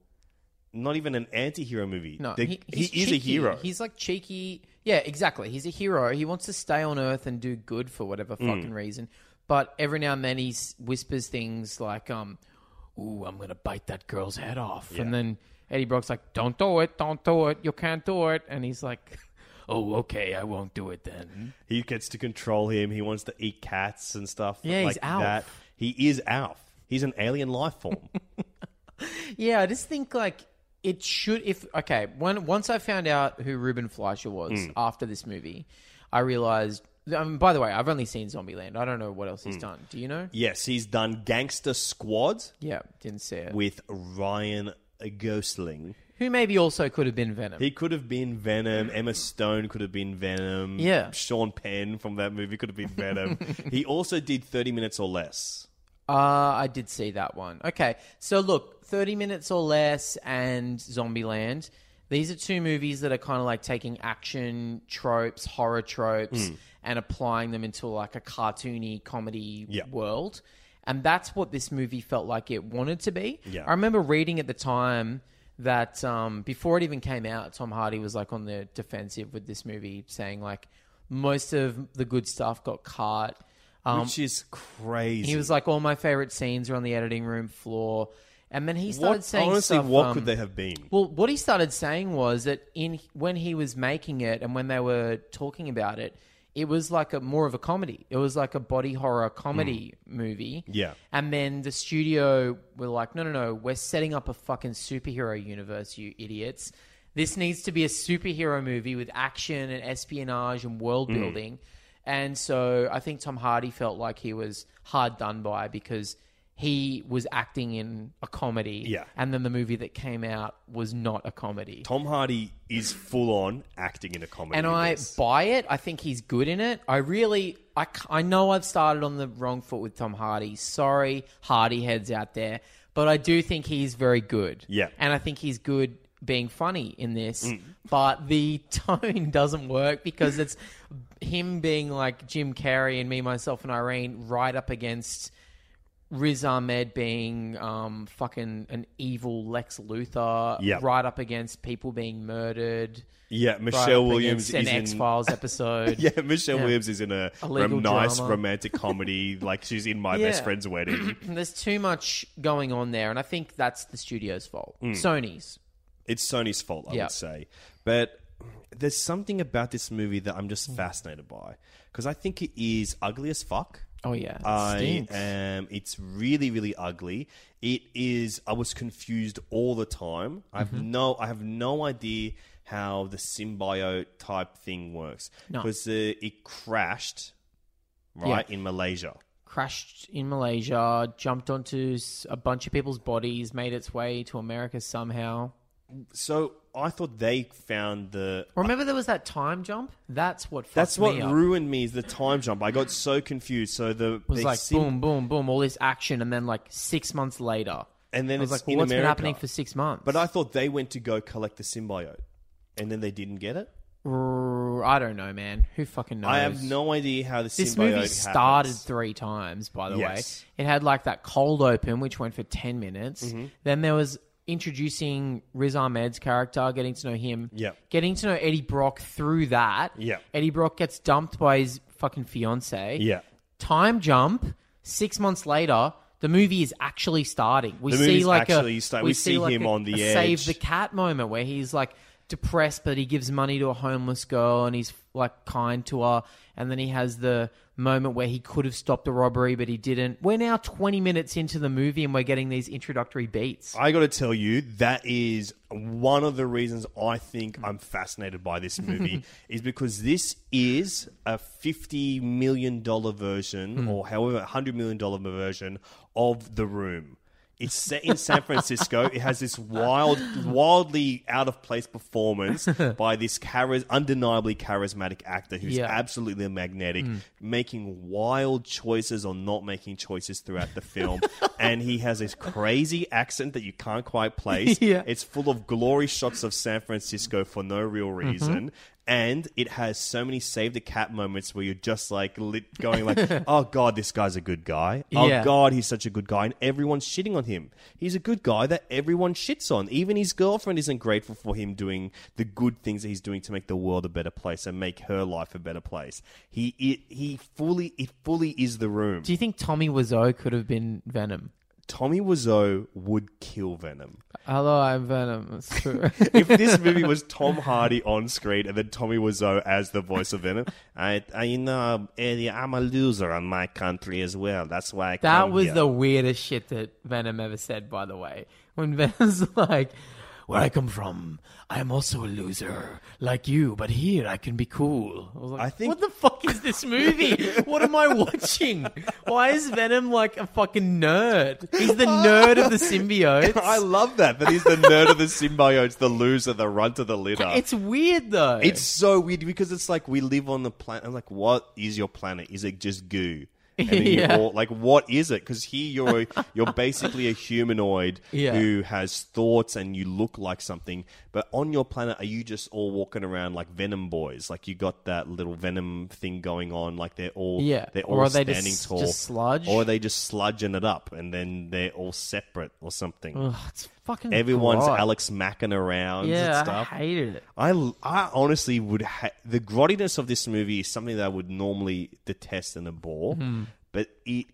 Not even an anti-hero movie.
No,
They-
he,
he
he's
is a
cheeky.
hero.
He's like cheeky. Yeah, exactly. He's a hero. He wants to stay on Earth and do good for whatever
Mm.
fucking reason. But every now and then he s- whispers things like, um, "Ooh, I'm gonna bite that girl's head off," and then Eddie Brock's like, "Don't do it! Don't do it! You can't do it!" And he's like, "Oh, okay, I won't do it then."
He gets to control him. He wants to eat cats and stuff.
Yeah, he's
like
Alf.
that. He is Alf. He's an alien life form.
Yeah, I just think like it should. If okay, when once I found out who Ruben Fleischer was after this movie, I realized. Um, by the way, I've only seen Zombieland. I don't know what else he's done. Do you know?
yes, he's done Gangster Squad
Yeah, didn't see it.
with Ryan Gosling.
Who maybe also could have been Venom.
He could have been Venom. Emma Stone could have been Venom.
Mm. Yeah.
Sean Penn from that movie could have been Venom. he also did 30 minutes or less.
uh, I did see that one. Okay, so look, 30 Minutes or Less and Zombieland. These are two movies that are kind of like taking action tropes, horror tropes,
Hmm.
and applying them into like a cartoony comedy
Yeah.
world. And that's what this movie felt like it wanted to be.
Yeah.
I remember reading at the time that um, before it even came out, Tom Hardy was like on the defensive with this movie, saying like most of the good stuff got cut. Um,
Which is crazy.
He was like, all my favorite scenes are on the editing room floor. And then he started
what,
saying
honestly,
stuff,
what
um,
could they have been?
Well, what he started saying was that in when he was making it and when they were talking about it, it was like a more of a comedy. It was like a body horror comedy movie.
Hmm. Yeah.
And then the studio were like, no, no, no, we're setting up a fucking superhero universe, you idiots. This needs to be a superhero movie with action and espionage and world
Hmm.
building. And so I think Tom Hardy felt like he was hard done by because he was acting in a comedy.
Yeah.
And then the movie that came out was not a comedy.
Tom Hardy is full on acting in a comedy.
and
with
I
this.
buy it. I think he's good in it. I really, I, c- I know I've started on the wrong foot with Tom Hardy. Sorry, Hardy heads out there, but I do think he's very good.
Yeah. Mm.
and I think he's good being funny in this, but the tone doesn't work because it's him being like Jim Carrey and me, myself, and Irene right up against Riz Ahmed being um, fucking an evil Lex Luthor,
Yeah.
right up against people being murdered.
Yeah,
right
Michelle
up
Williams
against
is
an
in
X Files episode.
Yeah, Michelle Williams is in a,
A
rom-
legal
nice
drama.
romantic comedy. like she's in my
Yeah.
best friend's wedding.
There's too much going on there, and I think that's the studio's fault.
Mm.
Sony's.
it's Sony's fault, I
Yeah.
would say. But there's something about this movie that I'm
Hmm.
just fascinated by because I think it is ugly as fuck.
Oh yeah, it
I
stinks.
am. It's really, really ugly. It is. I was confused all the time. I have
Mm-hmm.
no. I have no idea how the symbiote type thing works
No.
because uh, it crashed right in Malaysia.
crashed in Malaysia, jumped onto s- a bunch of people's bodies, made its way to America somehow.
So I thought they found the
Remember, there was that time jump. That's what. Fucked
That's what
me up.
ruined me is the time jump. I got so confused. So the
It was
they
like
sim-
boom, boom, boom, all this action, and then like six months later,
and then
I was
it's
like, well,
in
what's
America.
been happening for six months?
But I thought they went to go collect the symbiote, and then they didn't get it.
R- I don't know, man. Who fucking knows?
I have no idea how the
This
symbiote
movie
happens.
started three times, by the
Yes. Mm-hmm.
way. It had like that cold open, which went for ten minutes. Then there was introducing Riz Ahmed's character, getting to know him,
Yep.
getting to know Eddie Brock through that.
Yep.
Eddie Brock gets dumped by his fucking fiance.
Yeah,
Time jump. Six months later, the movie is actually starting. We
The
see
movie's
like
actually
a
start- we see him
a-
on the
a
edge.
save the cat moment where he's like depressed, but he gives money to a homeless girl and he's like kind to her. And then he has the moment where he could have stopped the robbery, but he didn't. We're now twenty minutes into the movie and we're getting these introductory beats.
I got to tell you, that is one of the reasons I think I'm fascinated by this movie is because this is a fifty million dollar version, or however, a hundred million dollar version of The Room. It's set in San Francisco. it has this wild, wildly out of place performance by this chari- undeniably charismatic actor who's
Yeah.
absolutely magnetic,
Hmm.
making wild choices or not making choices throughout the film. and he has this crazy accent that you can't quite place.
Yeah.
It's full of glory shots of San Francisco for no real
Mm-hmm.
reason. And it has so many save the cat moments where you're just like lit going like, oh god, this guy's a good guy. Oh
Yeah.
god, he's such a good guy, and everyone's shitting on him. He's a good guy that everyone shits on. Even his girlfriend isn't grateful for him doing the good things that he's doing to make the world a better place and make her life a better place. He it, he fully it fully is the room.
Do you think Tommy Wiseau could have been Venom?
Tommy Wiseau would kill Venom.
Hello, I'm Venom. It's true.
if this movie was Tom Hardy on screen and then Tommy Wiseau as the voice of Venom, I, I you know, Eddie, I'm a loser on my country as well. That's why I
That
come
was
here.
the weirdest shit that Venom ever said, by the way. When Venom's like, Where I come from, I am also a loser, like you, but here I can be cool. I was like,
I think-
What the fuck is this movie? what am I watching? Why is Venom like a fucking nerd? He's the nerd of the symbiotes.
I love that. That he's the nerd of the symbiotes, the loser, the runt of the litter.
it's weird though.
It's so weird because it's like we live on the planet. I'm like, what is your planet? Is it just goo? And then you're
Yeah.
all, like, what is it? Because here you're you're basically a humanoid
Yeah.
who has thoughts and you look like something. But on your planet, are you just all walking around like Venom boys? Like you got that little Venom thing going on. Like they're all
Yeah.
they're all
Or are they
standing
just-
tall,
just sludge?
or are they just sludging it up, and then they're all separate or something.
Ugh, Oh, it's fucking
Everyone's
gross.
Alex macking around
Yeah,
and stuff.
I hated it.
I, I honestly would ha- the grottiness of this movie is something that I would normally detest and abhor,
Hmm.
but it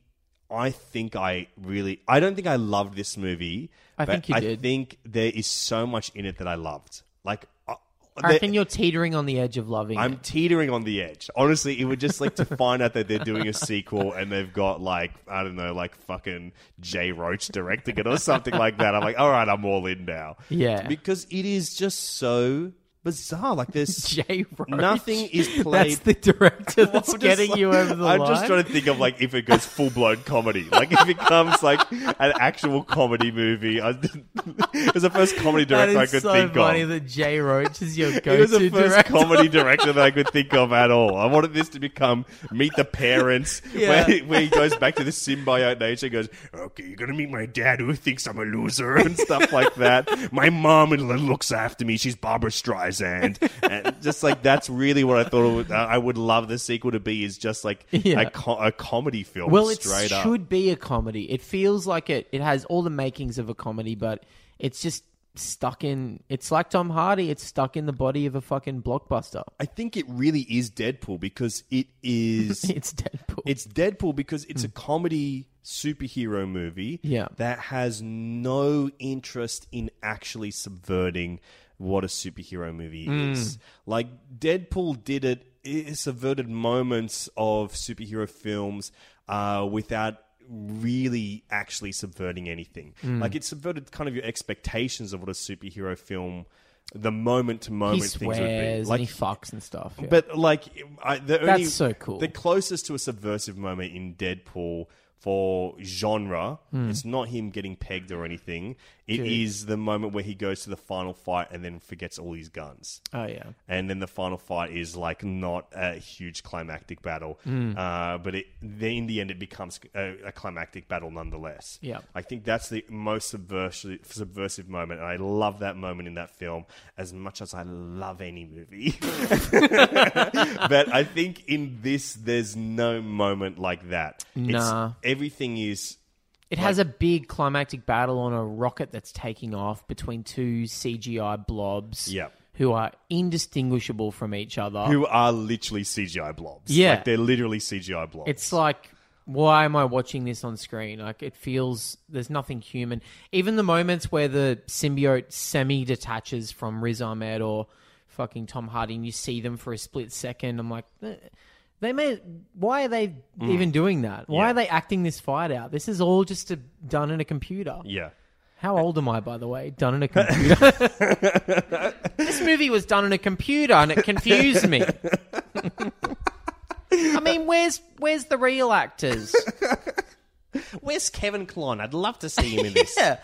I think I really I don't think I loved this movie.
I
but
think you
I
did.
think there is so much in it that I loved. Like uh,
I
there-
reckon you're teetering on the edge of loving it.
I'm teetering on the edge. Honestly, it would just like to find out that they're doing a sequel and they've got like I don't know, like fucking Jay Roach directing it or something like that. I'm like, all right, I'm all in now.
Yeah.
because it is just so bizarre. Like there's
Jay Roach.
nothing is played.
That's the director
Well,
that's
I'm just
getting
like-
you over the
I'm
line.
just trying to think of like if it goes full blown comedy, like if it becomes like an actual comedy movie. I, it was the first comedy
That is
director I could
so
think
funny
of.
that Jay Roach is your
He was
go-to
the first
director.
comedy director that I could think of at all. I wanted this to become Meet the Parents,
Yeah.
where, where he goes back to the symbiote nature and goes, Okay, you're going to meet my dad who thinks I'm a loser and stuff like that. My mom and looks after me. She's Barbara Streisand. and just like that's really what I thought it would, I would love the sequel to be is just like
Yeah.
a, co- a comedy film.
Well, it
straight up.
should be a comedy. It feels like it. It has all the makings of a comedy, but it's just stuck in. It's like Tom Hardy. It's stuck in the body of a fucking blockbuster.
I think it really is Deadpool because it is
It's Deadpool. Hmm.
It's Deadpool because it's a comedy superhero movie
Yeah.
that has no interest in actually subverting what a superhero movie
Hmm.
is. Like Deadpool did it, it subverted moments of superhero films uh, without really actually subverting anything.
Hmm.
Like it subverted kind of your expectations of what a superhero film the moment to
he
moment things would be.
swears
Like
and he fucks and stuff. yeah.
but like, I, the That's only,
so cool.
The closest to a subversive moment in Deadpool for genre,
Hmm.
it's not him getting pegged or anything. It is the moment where he goes to the final fight and then forgets all his guns.
oh yeah,
And then the final fight is like not a huge climactic battle,
Hmm.
uh, but it, then in the end it becomes a, a climactic battle nonetheless.
Yeah.
I think that's the most subversive, subversive moment, and I love that moment in that film as much as I love any movie. but I think in this, there's no moment like that.
Nah.
It's, everything is
it has a big climactic battle on a rocket that's taking off between two CGI blobs.
Yeah.
who are indistinguishable from each other.
who are literally CGI blobs.
Yeah.
like they're literally CGI blobs.
It's like, why am I watching this on screen? Like, it feels there's nothing human. Even the moments where the symbiote semi detaches from Riz Ahmed or fucking Tom Hardy, and you see them for a split second, I'm like, eh, they may. Why are they even doing that? Why
Mm. Yeah.
are they acting this fight out? This is all just a, done in a computer.
yeah.
How
Uh,
old am I, by the way? Done in a computer. this movie was done in a computer, and it confused me. I mean, where's where's the real actors?
Where's Kevin Klon? I'd love to see him in this.
Yeah.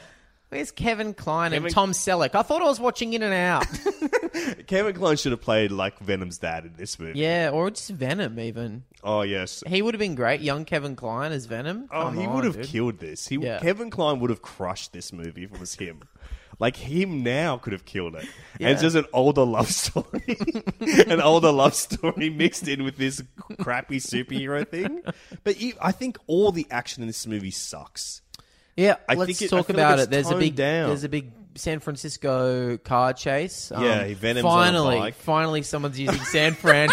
Where's Kevin Klein
Kevin-
and Tom Selleck? I thought I was watching In and Out.
Kevin Klon should have played like Venom's dad in this movie.
yeah, or just Venom. Even
Oh yes.
he would have been great. Young Kevin Klein as Venom.
Oh,
Come
he
on,
would have
dude.
killed this. He
Yeah.
Kevin Klein would have crushed this movie if it was him. like him now could have killed it. And it's just an older love story, an older love story mixed in with this crappy superhero thing. But you, I think all the action in this movie sucks.
Yeah,
I
let's
think it- I
talk
feel like
about
it's
it. There's a
toned
big
down.
there's a big San Francisco car chase. Um,
Yeah, Venom's on a
finally,
bike.
finally, someone's using San Fran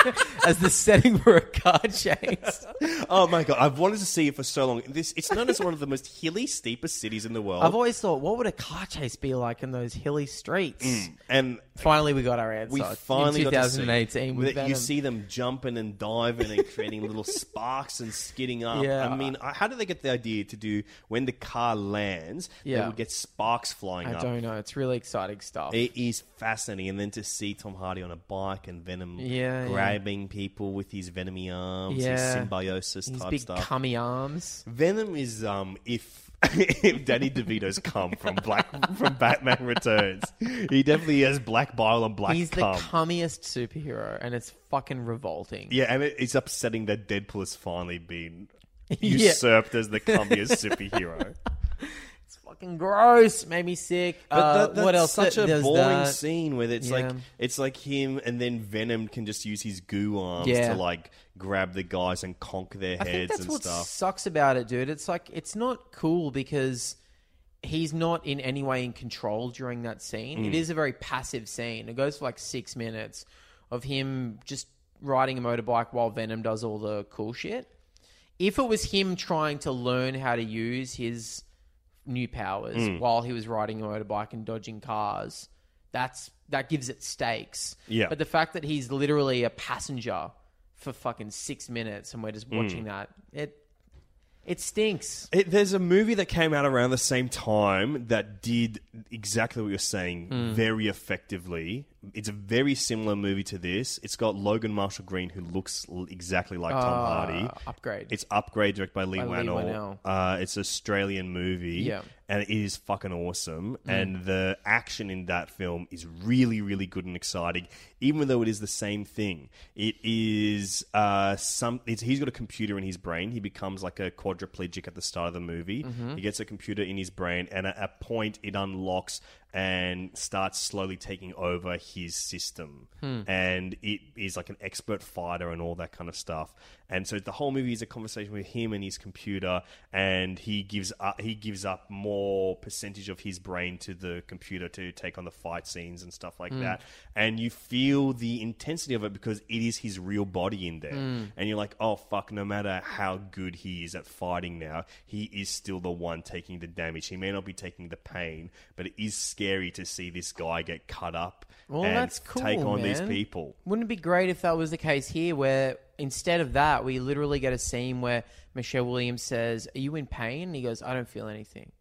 as the setting for a car chase.
Oh my god, I've wanted to see it for so long. This it's known as one of the most hilly, steepest cities in the world.
I've always thought, what would a car chase be like in those hilly streets?
and
Finally, we got our answer.
Mm. we finally
in
got to see
2018 with
that
Venom.
you see them jumping and diving and creating little sparks and skidding up.
Yeah.
I mean, I- how did they get the idea to do when the car lands? They
Yeah.
would get sparks flying
I
up.
don't know. It's really exciting stuff.
It is fascinating, and then to see Tom Hardy on a bike and Venom
Yeah, yeah.
grabbing people with his venomy arms, his
Yeah.
symbiosis
These
type
big
stuff.
cummy arms.
Venom is um if if Danny DeVito's cum from Black from Batman Returns, he definitely has black bile and black
He's
cum.
the cummiest superhero, and it's fucking revolting.
Yeah, and it, it's upsetting that Deadpool has finally been
Yeah.
usurped as the cummiest superhero.
It's fucking gross. Made me sick. uh, what else?
Such a
There's
boring
that.
scene where it's like
Yeah.
it's like him, and then Venom can just use his goo arms
Yeah.
to like grab the guys and conk their
I think
heads
that's
and
what
stuff.
sucks about it, dude. It's like it's not cool because he's not in any way in control during that scene.
Hmm.
It is a very passive scene. It goes for like six minutes of him just riding a motorbike while Venom does all the cool shit. If it was him trying to learn how to use his new powers while he was riding a motorbike and dodging cars, that's that gives it stakes.
Yeah.
But the fact that he's literally a passenger for fucking six minutes and we're just watching that, it it stinks.
It, there's a movie that came out around the same time that did exactly what you're saying
Hmm.
very effectively. It's a very similar movie to this. It's got Logan Marshall Green, who looks l- exactly like Tom
Ah,
Hardy.
Uh, Upgrade.
It's Upgrade, directed by Lee
By Lee
Wannell.
Wannell.
Uh, it's an Australian movie.
Yeah.
And it is fucking awesome. And the action in that film is really, really good and exciting, even though it is the same thing. It is uh, some. It's, he's got a computer in his brain. He becomes like a quadriplegic at the start of the movie. He gets a computer in his brain, and at a point, it unlocks and starts slowly taking over his system. And it is like an expert fighter and all that kind of stuff. And so the whole movie is a conversation with him and his computer, and he gives up, he gives up more percentage of his brain to the computer to take on the fight scenes and stuff
Hmm.
like that. And you feel the intensity of it because it is his real body in there.
Hmm.
And you're like, oh fuck, no matter how good he is at fighting now, he is still the one taking the damage. He may not be taking the pain, but it is scary to see this guy get cut up
Well,
and
that's cool.
take on these
man.
people.
Wouldn't it be great if that was the case here, where instead of that, we literally get a scene where Michelle Williams says, "Are you in pain?" And he goes, "I don't feel anything."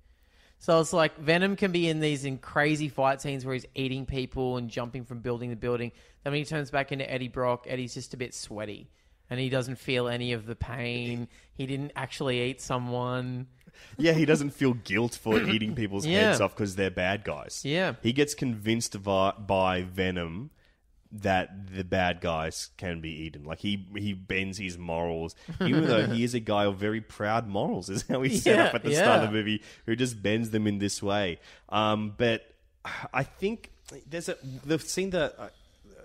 So it's like Venom can be in these in crazy fight scenes where he's eating people and jumping from building to building. Then when he turns back into Eddie Brock, Eddie's just a bit sweaty and he doesn't feel any of the pain. He didn't actually eat someone.
Yeah, he doesn't feel guilt for eating people's
Yeah.
heads off because they're bad guys.
Yeah.
He gets convinced by, by Venom that the bad guys can be eaten. Like he he bends his morals, even though he is a guy of very proud morals, is how he's set
Yeah,
up at the start of
yeah.
the movie, who just bends them in this way. Um, but I think there's a the scene that. Uh,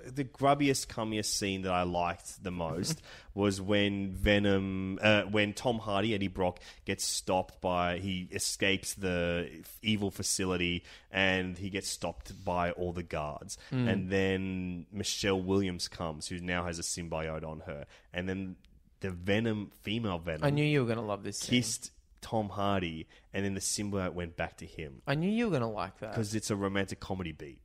the grubbiest, cummiest scene that I liked the most was when Venom, uh, when Tom Hardy, Eddie Brock, gets stopped by, he escapes the evil facility and he gets stopped by all the guards.
Hmm.
And then Michelle Williams comes, who now has a symbiote on her. And then the Venom, female Venom,
I knew you were going to love this. Scene.
kissed Tom Hardy and then the symbiote went back to him
I knew you were going to like that.
because it's a romantic comedy beat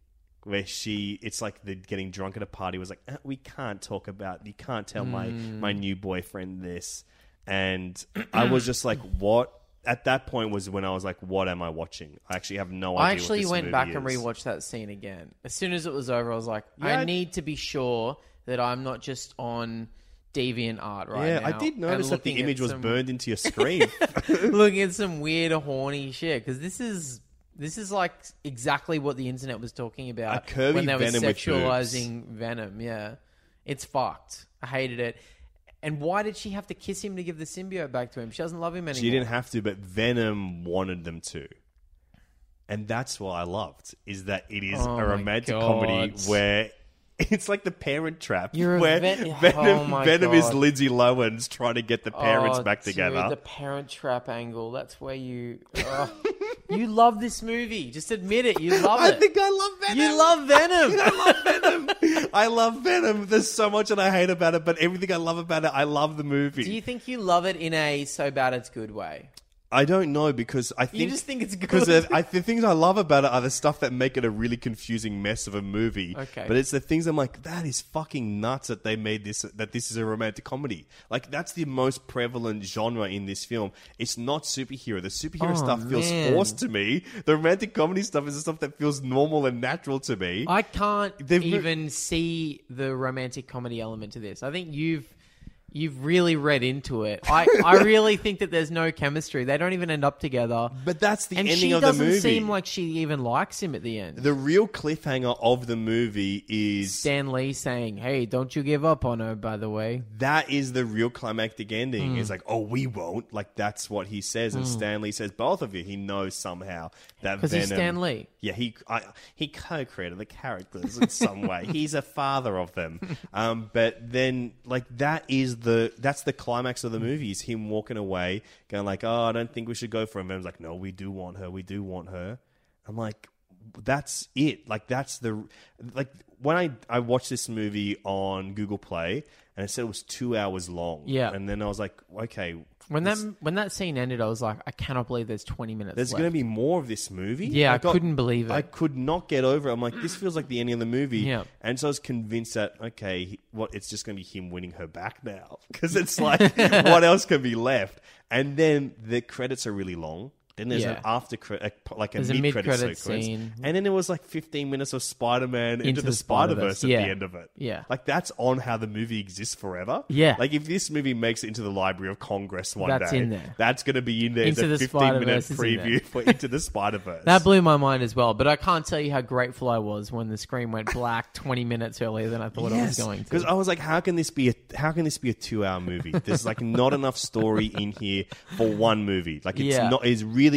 where she it's like the getting drunk at a party was like "Uh, we can't talk about you can't tell my my new boyfriend this and i was just like what at that point was when i was like what am i watching i actually have no idea
I actually
what this
went
movie
back
is.
and rewatched that scene again. As soon as it was over, I was like,
Yeah,
I
I-
need to be sure that I'm not just on deviant art right
yeah
now.
i did
and
notice that the
looking at
image was
some-
burned into your screen
looking at some weird, horny shit because this is this is like exactly what the internet was talking about
A curvy
when they were
Venom with boobs.
sexualizing Venom. Yeah, it's fucked. I hated it. And why did she have to kiss him to give the symbiote back to him? She doesn't love him anymore.
She didn't have to, but Venom wanted them to. And that's what I loved is that it is
Oh my
a romantic comedy
God.
where it's like the parent trap
You're a
where
ven- Oh
Venom,
my
Venom is
God.
Lindsay Lohan's trying to get the parents
Oh,
back
dude,
together.
the parent trap angle. That's where you. oh. you love this movie. Just admit it. You love
I
it.
think I love Venom.
you love Venom.
I love Venom. There's so much that I hate about it, but everything I love about it, I love the movie.
Do you think you love it in a so bad it's good way?
I don't know because I think
just think it's good.
because the, I, the things I love about it are the stuff that make it a really confusing mess of a movie.
Okay.
but it's the things I'm like, that is fucking nuts that they made this. That this is a romantic comedy. Like that's the most prevalent genre in this film. It's not superhero. The superhero
Oh,
stuff feels
man.
forced to me. The romantic comedy stuff is the stuff that feels normal and natural to me.
I can't
They've re-
even see the romantic comedy element to this. I think you've you've really read into it. I, I really think that there's no chemistry. They don't even end up together.
but that's the
and
ending
she
of the
doesn't
movie.
seem like she even likes him at the end.
the real cliffhanger of the movie is
Stan Lee saying, "Hey, don't you give up on her." By the way,
that is the real climactic ending.
Mm.
It's like, oh, we won't. Like that's what he says, and Stanley says both of you. He knows somehow that
'Cause
Venom.
he's Stan Lee.
Yeah, he I, he co-created the characters in some way. He's a father of them. Um, but then, like that is the that's the climax of the movie is him walking away, going like, oh, I don't think we should go for him. Venom's like, no, we do want her. We do want her. I'm like, that's it. Like that's the like when I I watched this movie on Google Play and it said it was two hours long.
Yeah.
and then I was like, okay,
when that when that scene ended, I was like, "I cannot believe there's 20 minutes."
there's
left.
going to be more of this movie.
Yeah, I couldn't believe it.
I could not get over it. I'm like, this feels like the ending of the movie.
Yeah.
And so I was convinced that, okay, he- what it's just going to be him winning her back now. Because it's like, what else can be left? And then the credits are really long. Then there's
Yeah.
an after credit, like a
There's a
mid credit
mid-credit
sequence.
scene.
And then it was like 15 minutes of Spider Man into,
Into
the
the
Spider
Spider-Verse,
Verse at
yeah.
the end of it.
Yeah.
Like, that's on how the movie exists forever.
Yeah.
Like, if this movie makes it into the Library of Congress one
That's
day,
in there.
that's going to be in there
Into the
as a 15 minute
Spider-Verse is in there.
preview for Into the Spider Verse.
That blew my mind as well, but I can't tell you how grateful I was when the screen went black 20 minutes earlier than I thought it was going
Because
to.
I was like, how can this be a how can this be a two hour movie? There's like not enough story in here for one movie. Like it's
Yeah.
not it's really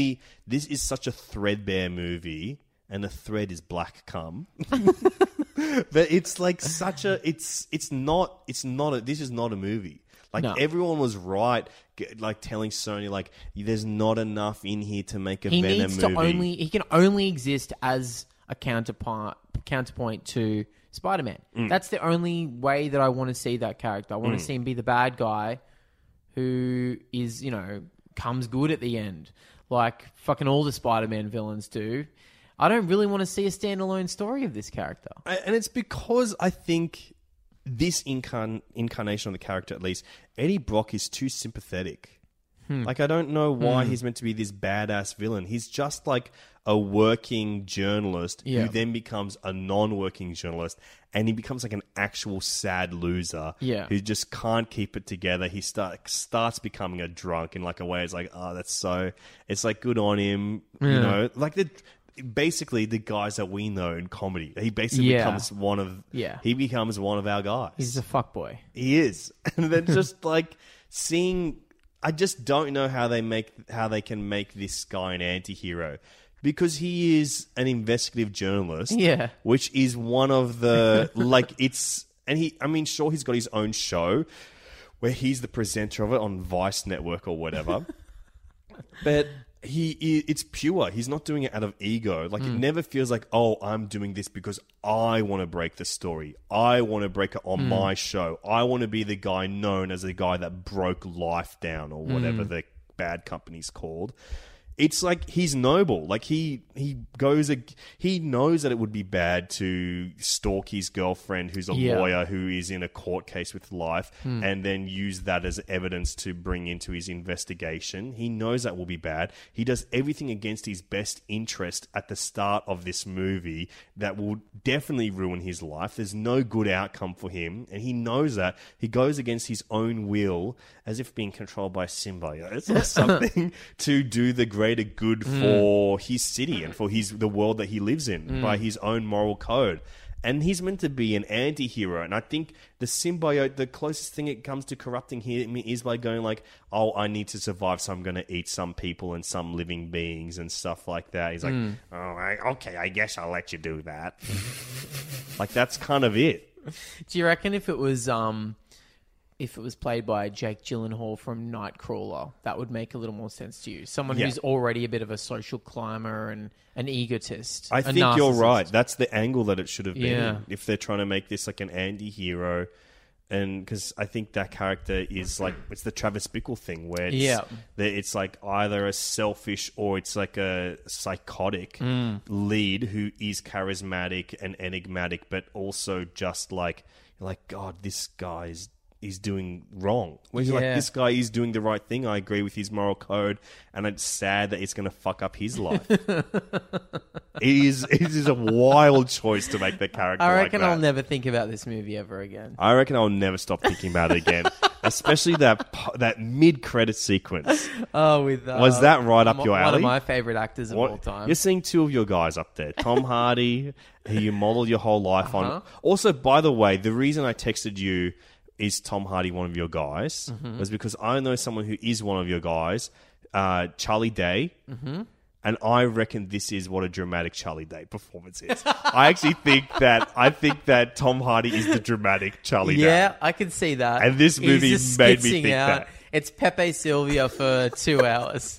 this is such a threadbare movie. and a thread is black cum. but it's like such a it's it's not it's not a, this is not a movie. Like
No.
everyone was right, g- like telling Sony like there's not enough in here to make a
He
Venom
needs to
movie.
only he can only exist as a counterpart counterpoint to Spider Man. That's the only way that I want to see that character. I want to see him be the bad guy who is, you know, comes good at the end. Like fucking all the Spider Man villains do. I don't really want to see a standalone story of this character.
I- and it's because I think this incarn- incarnation of the character, at least, Eddie Brock is too sympathetic.
Hmm.
Like, I don't know why he's meant to be this badass villain. He's just like a working journalist
Yeah.
who then becomes a non working journalist and he becomes like an actual sad loser
Yeah.
who just can't keep it together. He start, starts becoming a drunk in like a way. It's like, oh, that's so. It's like good on him, you know. Like the basically the guys that we know in comedy. He basically
Yeah.
becomes one of
Yeah.
He becomes one of our guys.
He's a fuckboy.
he is, and then just like seeing. I just don't know how they make how they can make this guy an anti-hero. Because he is an investigative journalist,
Yeah.
which is one of the like it's and he I mean sure he's got his own show where he's the presenter of it on Vice Network or whatever. but he i- it's pure. He's not doing it out of ego. Like it never feels like, "Oh, I'm doing this because I want to break the story. I want to break it on my show. I want to be the guy known as the guy that broke life down or whatever the bad company's called." It's like he's noble. Like he he goes ag- he knows that it would be bad to stalk his girlfriend who's a
Yeah.
lawyer who is in a court case with life and then use that as evidence to bring into his investigation. He knows that will be bad. He does everything against his best interest at the start of this movie that will definitely ruin his life. There's no good outcome for him, and he knows that. He goes against his own will as if being controlled by a symbiote or something to do the greater good for his city and for his the world that he lives in by his own moral code and he's meant to be an anti-hero and i think the symbiote the closest thing it comes to corrupting him is by going like oh i need to survive so i'm going to eat some people and some living beings and stuff like that he's like oh I, okay i guess i'll let you do that like that's kind of it
Do you reckon if it was um if it was played by Jake Gyllenhaal from Nightcrawler, that would make a little more sense to you? Someone
Yeah.
who's already a bit of a social climber and an egotist.
i
a
think you're
narcissist.
right that's the angle that it should have been
Yeah.
if they're trying to make this like an anti-hero and because I think that character is like it's the Travis Bickle thing where it's,
Yeah.
that it's like either a selfish or it's like a psychotic
Mm.
lead who is charismatic and enigmatic, but also just like like God, this guy's is doing wrong. Whereas you're
Yeah.
like this guy is doing the right thing. I agree with his moral code, and it's sad that it's going to fuck up his life. it is it is a wild choice to make the character.
I
like
reckon
that.
I'll never think about this movie ever again.
I reckon I'll never stop thinking about it again. Especially that pu- that mid credit sequence.
Oh, with uh,
Was that right up
mo-
your
One
alley?
of my favorite actors of
What-
all time.
You're seeing two of your guys up there. Tom Hardy, who you modeled your whole life on.
Uh-huh.
Also, by the way, the reason I texted you is Tom Hardy one of your guys
Mm-hmm.
was because I know someone who is one of your guys, uh, Charlie Day.
Mm-hmm.
And I reckon this is what a dramatic Charlie Day performance is. I actually think that I think that Tom Hardy is the dramatic Charlie Day.
yeah, I can see that.
And this movie
He's just
made me
skitzing
think
out.
that.
It's Pepe Silvia for two hours.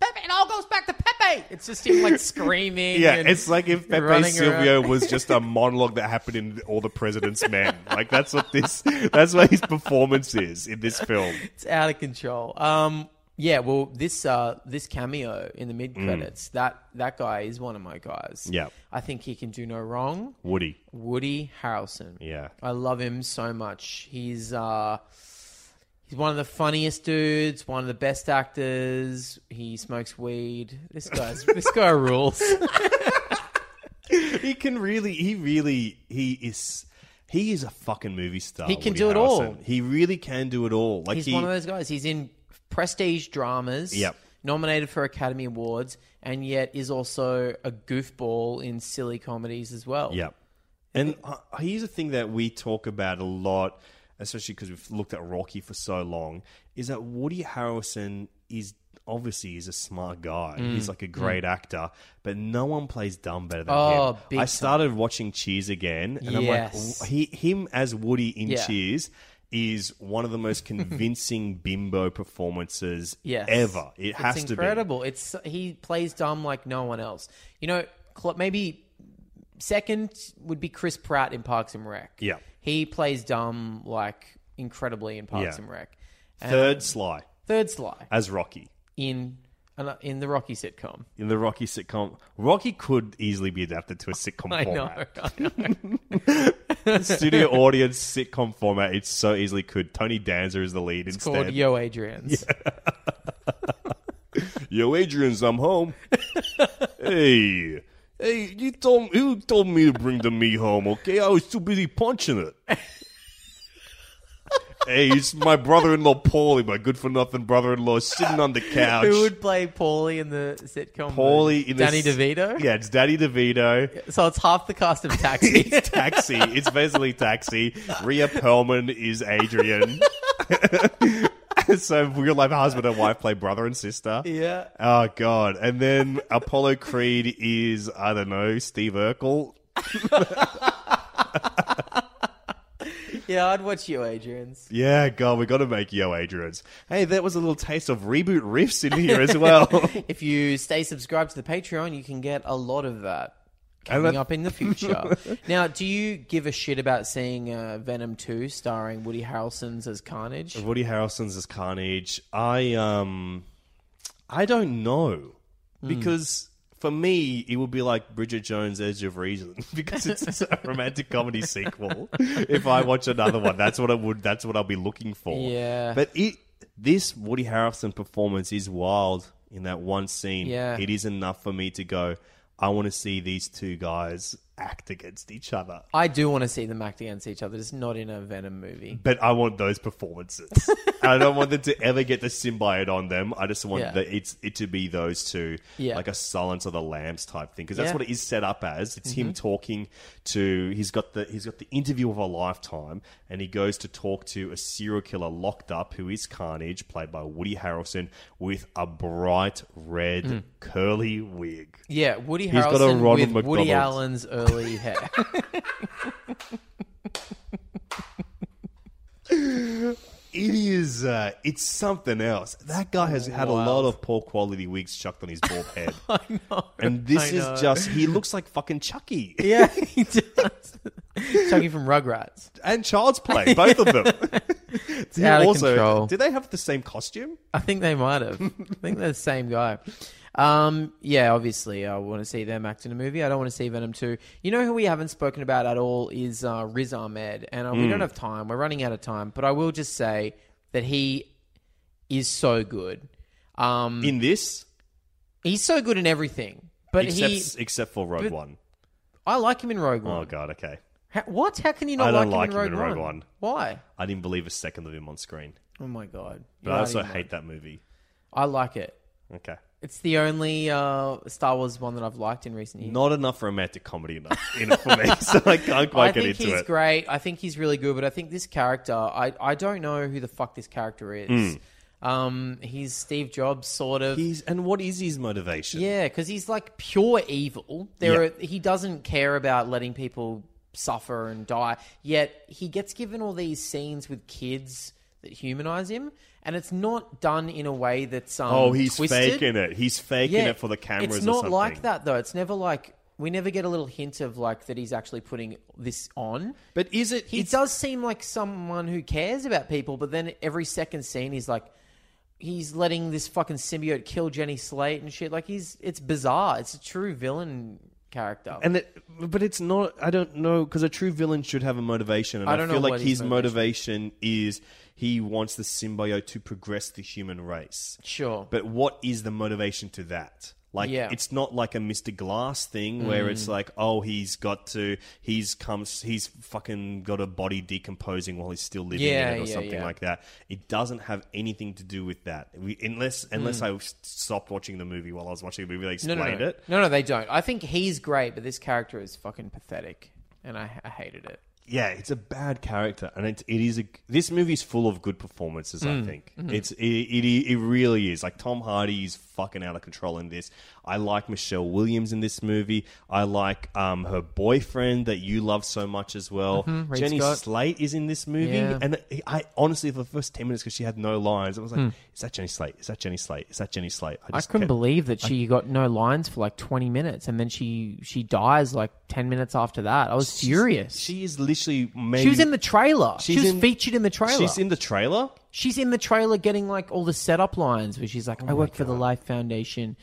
Pepe, it all goes back to Pepe. It's just him like screaming.
Yeah,
and-
it's like if Pepe
running
Silvio
around.
was just a monologue that happened in All the President's Men. Like that's what this that's what his performance is in this film.
It's out of control. Um, yeah. Well, this uh, this cameo in the mid credits that that guy is one of my guys.
Mm. Yeah.
I think he can do no wrong.
Woody.
Woody Harrelson.
Yeah.
I love him so much. He's uh, he's one of the funniest dudes. One of the best actors. He smokes weed. This guy's this guy rules.
He can really he really he is he is a fucking movie star.
He can
Woody
do it
Harrelson.
all.
He really can do it all. Like
He's
he
one of those guys. He's in prestige dramas.
Yep.
Nominated for Academy Awards, and yet is also a goofball in silly comedies as well.
Yeah. And uh, here's a thing that we talk about a lot, especially because we've looked at Rocky for so long, is that Woody Harrelson is obviously he's a smart guy.
Mm.
He's like a great actor, but no one plays dumb better than
Oh,
him.
big
I
time.
started watching Cheers again, and
Yes.
I'm like, w- he, him as Woody in
Yeah.
Cheers. Is one of the most convincing bimbo performances
yes.
ever. It
it's
has to be.
incredible. It's he plays dumb like no one else. You know, cl- maybe second would be Chris Pratt in Parks and Rec.
Yeah.
he plays dumb like incredibly in Parks
Yeah.
and Rec.
Third Sly
Third Sly
as Rocky
in in the Rocky sitcom.
in the Rocky sitcom. Rocky could easily be adapted to a sitcom
I know.
format. Studio audience sitcom format. It so easily could. Tony Danza is the lead
It's
instead.
called Yo Adrian's.
Yo, Adrian's, I'm home. hey, hey, you told you told me to bring the meat home. Okay, I was too busy punching it. hey, it's my brother-in-law Paulie, my good-for-nothing brother-in-law, sitting on the couch.
Who would play Paulie in the sitcom?
Paulie in
Danny
this-
DeVito.
Yeah, it's Danny DeVito.
So it's half the cast of Taxi.
It's Taxi. It's basically Taxi. Rhea Perlman is Adrian. so real life husband and wife play brother and sister.
yeah.
Oh god! And then Apollo Creed is I don't know Steve Urkel.
Yeah, I'd watch Yo Adrian's.
Yeah, god, we got to make Yo Adrian's. Hey, that was a little taste of reboot riffs in here as well.
If you stay subscribed to the Patreon, you can get a lot of that
And
coming
that-
up in the future. now, do you give a shit about seeing uh, Venom 2 starring Woody Harrelson's as Carnage?
Woody Harrelson's as Carnage. I um, I don't know
Hmm.
because for me it would be like Bridget Jones' Edge of Reason because it's a romantic comedy sequel. If I watch another one, that's what I would. That's what I'll be looking for.
Yeah.
But it this Woody Harrelson performance is wild in that one scene.
Yeah.
It is enough for me to go. I want to see these two guys act against each other.
I do want to see them act against each other, just not in a Venom movie.
But I want those performances. I don't want them to ever get the symbiote on them. I just want
Yeah.
the, it's it to be those two,
Yeah.
like a Silence of the Lambs type thing, because that's
Yeah. Mm-hmm.
what it is set up as. It's him talking to he's got the he's got the interview of a lifetime, and he goes to talk to a serial killer locked up who is Carnage, played by Woody Harrelson, with a bright red
Mm.
curly wig.
Yeah, Woody
He's
Harrelson
got a Ronald
with Woody
McDonald.
Allen's early hair.
It is. Uh, it's something else. That guy has had a lot of poor quality wigs chucked on his bald head. I know. And this
I
is
know.
just. He looks like fucking Chucky
yeah, he does. Chucky from Rugrats.
and Child's Play, both of them. Who
out of control.
Do they have the same costume?
I think they might have. I think they're the same guy. Um, yeah, obviously, I want to see them act in a movie. I don't want to see Venom 2. You know who we haven't spoken about at all is uh, Riz Ahmed. And uh, we
Hmm.
don't have time. We're running out of time. But I will just say that he is so good. Um,
In this,
he's so good in everything. But
except
he,
except for Rogue
but-
One.
I like him in Rogue One.
Oh god. Okay.
Ha- what? How can you not
I don't
like, him in Rogue, One?
One.
Why?
I didn't believe a second of him on screen,
Oh my god!
but
You're
I
out
also
of your
hate that
mind.
movie.
I like it.
Okay.
It's the only uh, Star Wars one that I've liked in recent years.
Not enough romantic comedy enough in it for me, so I can't quite
I
get
think
into
he's
it.
great. I think he's really good, but I think this character, I, I don't know who the fuck this character is.
Hmm.
Um, he's Steve Jobs, sort of.
He's and what is his motivation?
yeah, because he's like pure evil. There,
Yeah.
are, he doesn't care about letting people suffer and die. Yet he gets given all these scenes with kids that humanize him, and it's not done in a way that's um,
Oh, he's
twisted.
faking it. He's faking it for the cameras.
It's not
or something.
like that though. It's never like we never get a little hint of like that he's actually putting this on.
But is it?
He
it's-
does seem like someone who cares about people, but then every second scene he's like he's letting this fucking symbiote kill Jenny Slate and shit. Like he's it's bizarre. It's a true villain character.
and it, but it's not. I don't know because a true villain should have a motivation, and I,
I don't
feel
know
like
what
his
his
motivation. is he wants the symbiote to progress the human race.
sure.
But what is the motivation to that? Like,
Yeah. Mm.
it's not like a Mr. Glass thing where it's like, oh, he's got to, he's comes, he's fucking got a body decomposing while he's still living
Yeah,
in it or
yeah,
something
yeah.
like that. It doesn't have anything to do with that. We, unless, unless I stopped watching the movie while I was watching the movie, they
Mm. no,
explained
no, no.
it.
no, no, they don't. I think he's great, but this character is fucking pathetic, and I, I hated it.
yeah, it's a bad character, and it, it is a. This movie's full of good performances.
Mm.
I think
Mm-hmm.
it's it, it it really is. Like Tom Hardy is fucking out of control in this. I like Michelle Williams in this movie. I like um her boyfriend that you love so much as well.
Reed
Jenny
Mm-hmm, Scott.
Slate is in this movie,
Yeah.
and I I honestly for the first ten minutes because she had no lines, I was like, is that Jenny Slate? Is that Jenny Slate? Is that Jenny Slate?
Hmm. I
just
couldn't
kept-
believe that she got no lines for like 20 minutes and then she she dies like 10 minutes after that. I was furious. She,
She is literally. Maybe,
was in the trailer. She
she's
was
in-
featured in the trailer.
She's in the trailer.
She's in the trailer getting like all the setup lines where she's
Oh
like, "I work for the Life Foundation.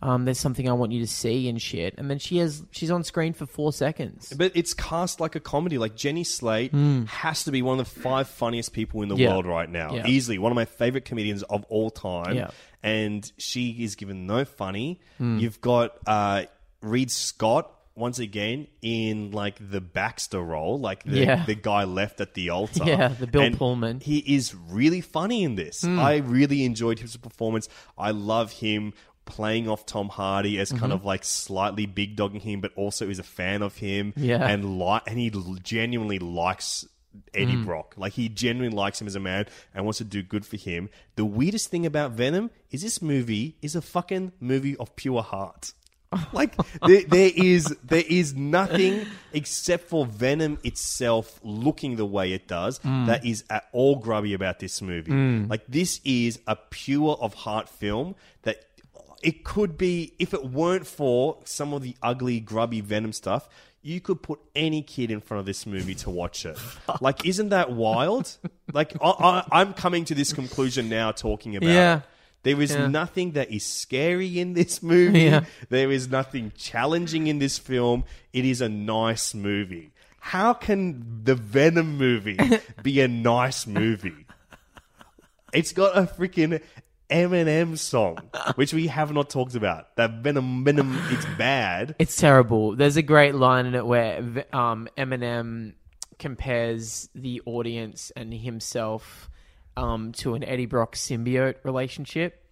Um, there's something I want you to see and shit." And then she has she's on screen for four seconds.
But it's cast like a comedy. Like Jenny Slate has to be one of the five funniest people in the
Hmm. Yeah.
world right now.
Yeah.
Easily one of my favorite comedians of all time.
Yeah. Hmm.
And she is given no funny. You've got uh, Reed Scott once again in like the Baxter role, like the,
Yeah.
the guy left at the altar.
Yeah, the Bill
And
Pullman.
He is really funny in this. I really enjoyed his performance. I love him playing off Tom Hardy as kind of like slightly big dogging him, but also is a fan of him
Yeah.
and li- and he l- genuinely likes Eddie Brock. Like he genuinely likes him as a man and wants to do good for him. The weirdest thing about Venom is this movie is a fucking movie of pure heart. Like there, there is there is nothing except for Venom itself looking the way it does that is at all grubby about this movie. Like this is a pure of heart film that it could be if it weren't for some of the ugly, grubby Venom stuff. You could put any kid in front of this movie to watch it. Like, isn't that wild? Like, I, I, I'm coming to this conclusion now, talking about.
Yeah.
it. There is
Yeah.
nothing that is scary in this movie.
Yeah.
There is nothing challenging in this film. It is a nice movie. How can the Venom movie be a nice movie? It's got a freaking Eminem song, which we have not talked about. That Venom, Venom, it's bad.
It's terrible. There's a great line in it where v- um, Eminem compares the audience and himself um, to an Eddie Brock symbiote relationship.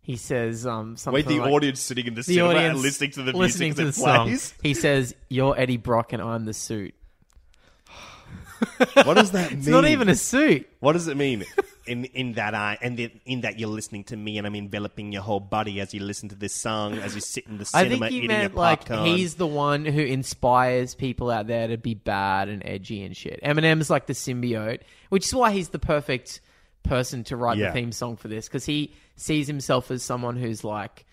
He says um, something
Wait, the
like,
audience sitting in the, cinema and listening to the
listening
music
to
as
the
it
song.
plays.
He says, "You're Eddie Brock and I'm the suit."
What does that mean?
It's not even a suit.
What does it mean? In in that I and the, in that you're listening to me and I'm enveloping your whole body as you listen to this song as you sit in the
I
cinema
think he
eating
meant
your
like
popcorn.
he's the one who inspires people out there to be bad and edgy and shit. Eminem's like the symbiote, which is why he's the perfect person to write
Yeah.
the theme song for this because he sees himself as someone who's like,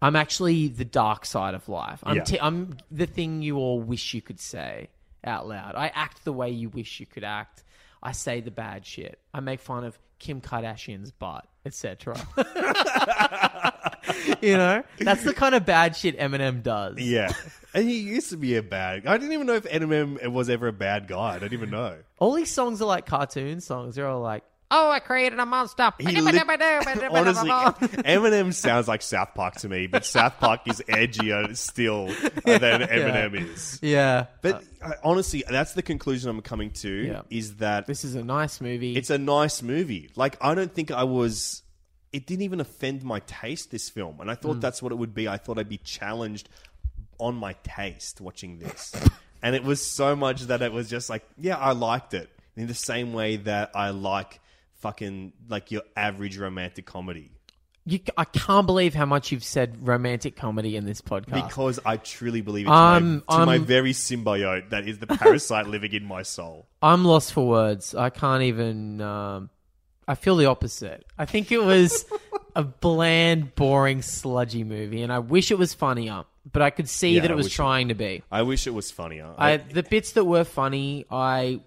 I'm actually the dark side of life. I'm
Yeah.
t- I'm the thing you all wish you could say out loud. I act the way you wish you could act. I say the bad shit. I make fun of Kim Kardashian's butt, etc. you know, that's the kind of bad shit Eminem does.
yeah, and he used to be a bad. I didn't even know if Eminem was ever a bad guy. I don't even know.
All these songs are like cartoon songs. They're all like, "Oh, I created a monster."
He lit- honestly, Eminem sounds like South Park to me, but South Park is edgier still uh, than Eminem is.
yeah.
But uh, honestly, that's the conclusion I'm coming to.
Yeah.
Is that
This is a nice movie.
It's a nice movie. Like I don't think I was. It didn't even offend my taste. This film, and I
Mm.
thought that's what it would be. I thought I'd be challenged on my taste watching this, and it was so much that it was just like, yeah, I liked it in the same way that I like fucking like your average romantic comedy
you, I can't believe how much you've said romantic comedy in this podcast.
because I truly believe it to,
Ah. Um,
my, to my
um,
very symbiote that is the parasite living in my soul.
I'm lost for words. I can't even. Um, I feel the opposite. I think it was a bland, boring, sludgy movie, and I wish it was funnier. But I could see
Yeah,
that it
I
was
wish it-
trying to be.
I wish it was funnier.
I, the bits that were funny, I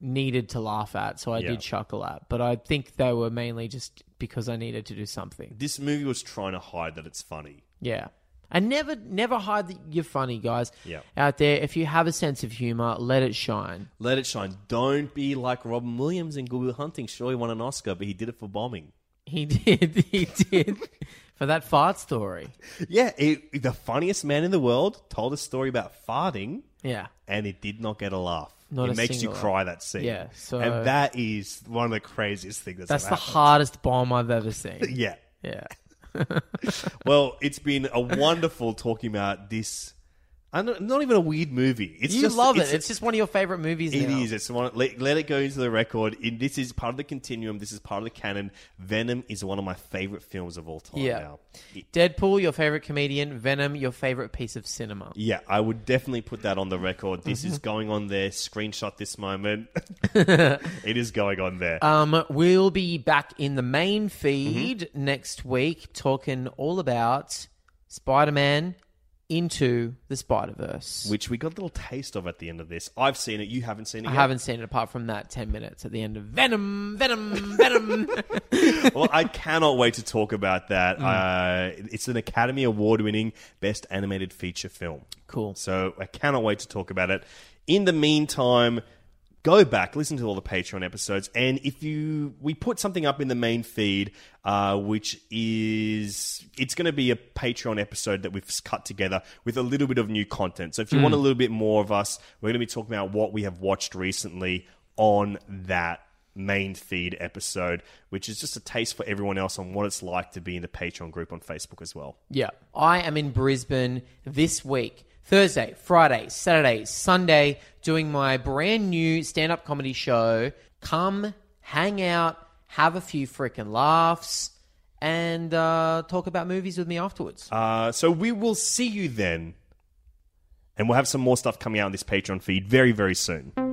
needed to laugh at, so I
Yeah.
did chuckle at. But I think they were mainly just because I needed to do something.
this movie was trying to hide that it's funny.
Yeah. And never, never hide that you're funny, guys.
Yeah.
Out there, if you have a sense of humor, let it shine.
Let it shine. Don't be like Robin Williams in Good Will Hunting. Sure, he won an Oscar, but he did it for bombing.
He did, he did. For that fart story.
Yeah, it, the funniest man in the world told a story about farting,
Yeah.
and it did not get a laugh.
Not
it
a
makes you
single laugh.
cry that scene.
Yeah, so-
and that is one of the craziest things that's,
That's the
ever happened.
hardest bomb I've ever seen.
Yeah.
Yeah.
Well, it's been a wonderful talking about this I don't, not even a weird movie. It's
You
just,
love
it's,
it. It's just one of your favorite movies.
It
now.
is. It's one. Let, let it go into the record. It, this is part of the continuum. This is part of the canon. Venom is one of my favorite films of all time.
Yeah.
Now. It-
Deadpool, your favorite comedian. Venom, your favorite piece of cinema.
yeah, I would definitely put that on the record. This
Mm-hmm.
is going on there. Screenshot this moment. it is going on there.
Um, we'll be back in the main feed next week talking all about Spider Man into the Spider Verse.
which we got a little taste of at the end of this. I've seen it. You haven't seen it.
I
yet.
haven't seen it apart from that 10 minutes at the end of Venom, Venom, Venom.
well, I cannot wait to talk about that.
Mm.
Uh, it's an Academy Award winning Best Animated Feature Film.
Cool.
So I cannot wait to talk about it. In the meantime, go back, listen to all the Patreon episodes, and if you we put something up in the main feed, uh, which is it's going to be a Patreon episode that we've cut together with a little bit of new content. So if you want a little bit more of us, we're going to be talking about what we have watched recently on that main feed episode, which is just a taste for everyone else on what it's like to be in the Patreon group on Facebook as well.
Yeah. I am in Brisbane this week. Thursday, Friday, Saturday, Sunday, doing my brand new stand up comedy show. Come hang out, have a few freaking laughs, and uh, talk about movies with me afterwards.
Uh, so we will see you then. And we'll have some more stuff coming out on this Patreon feed very, very soon.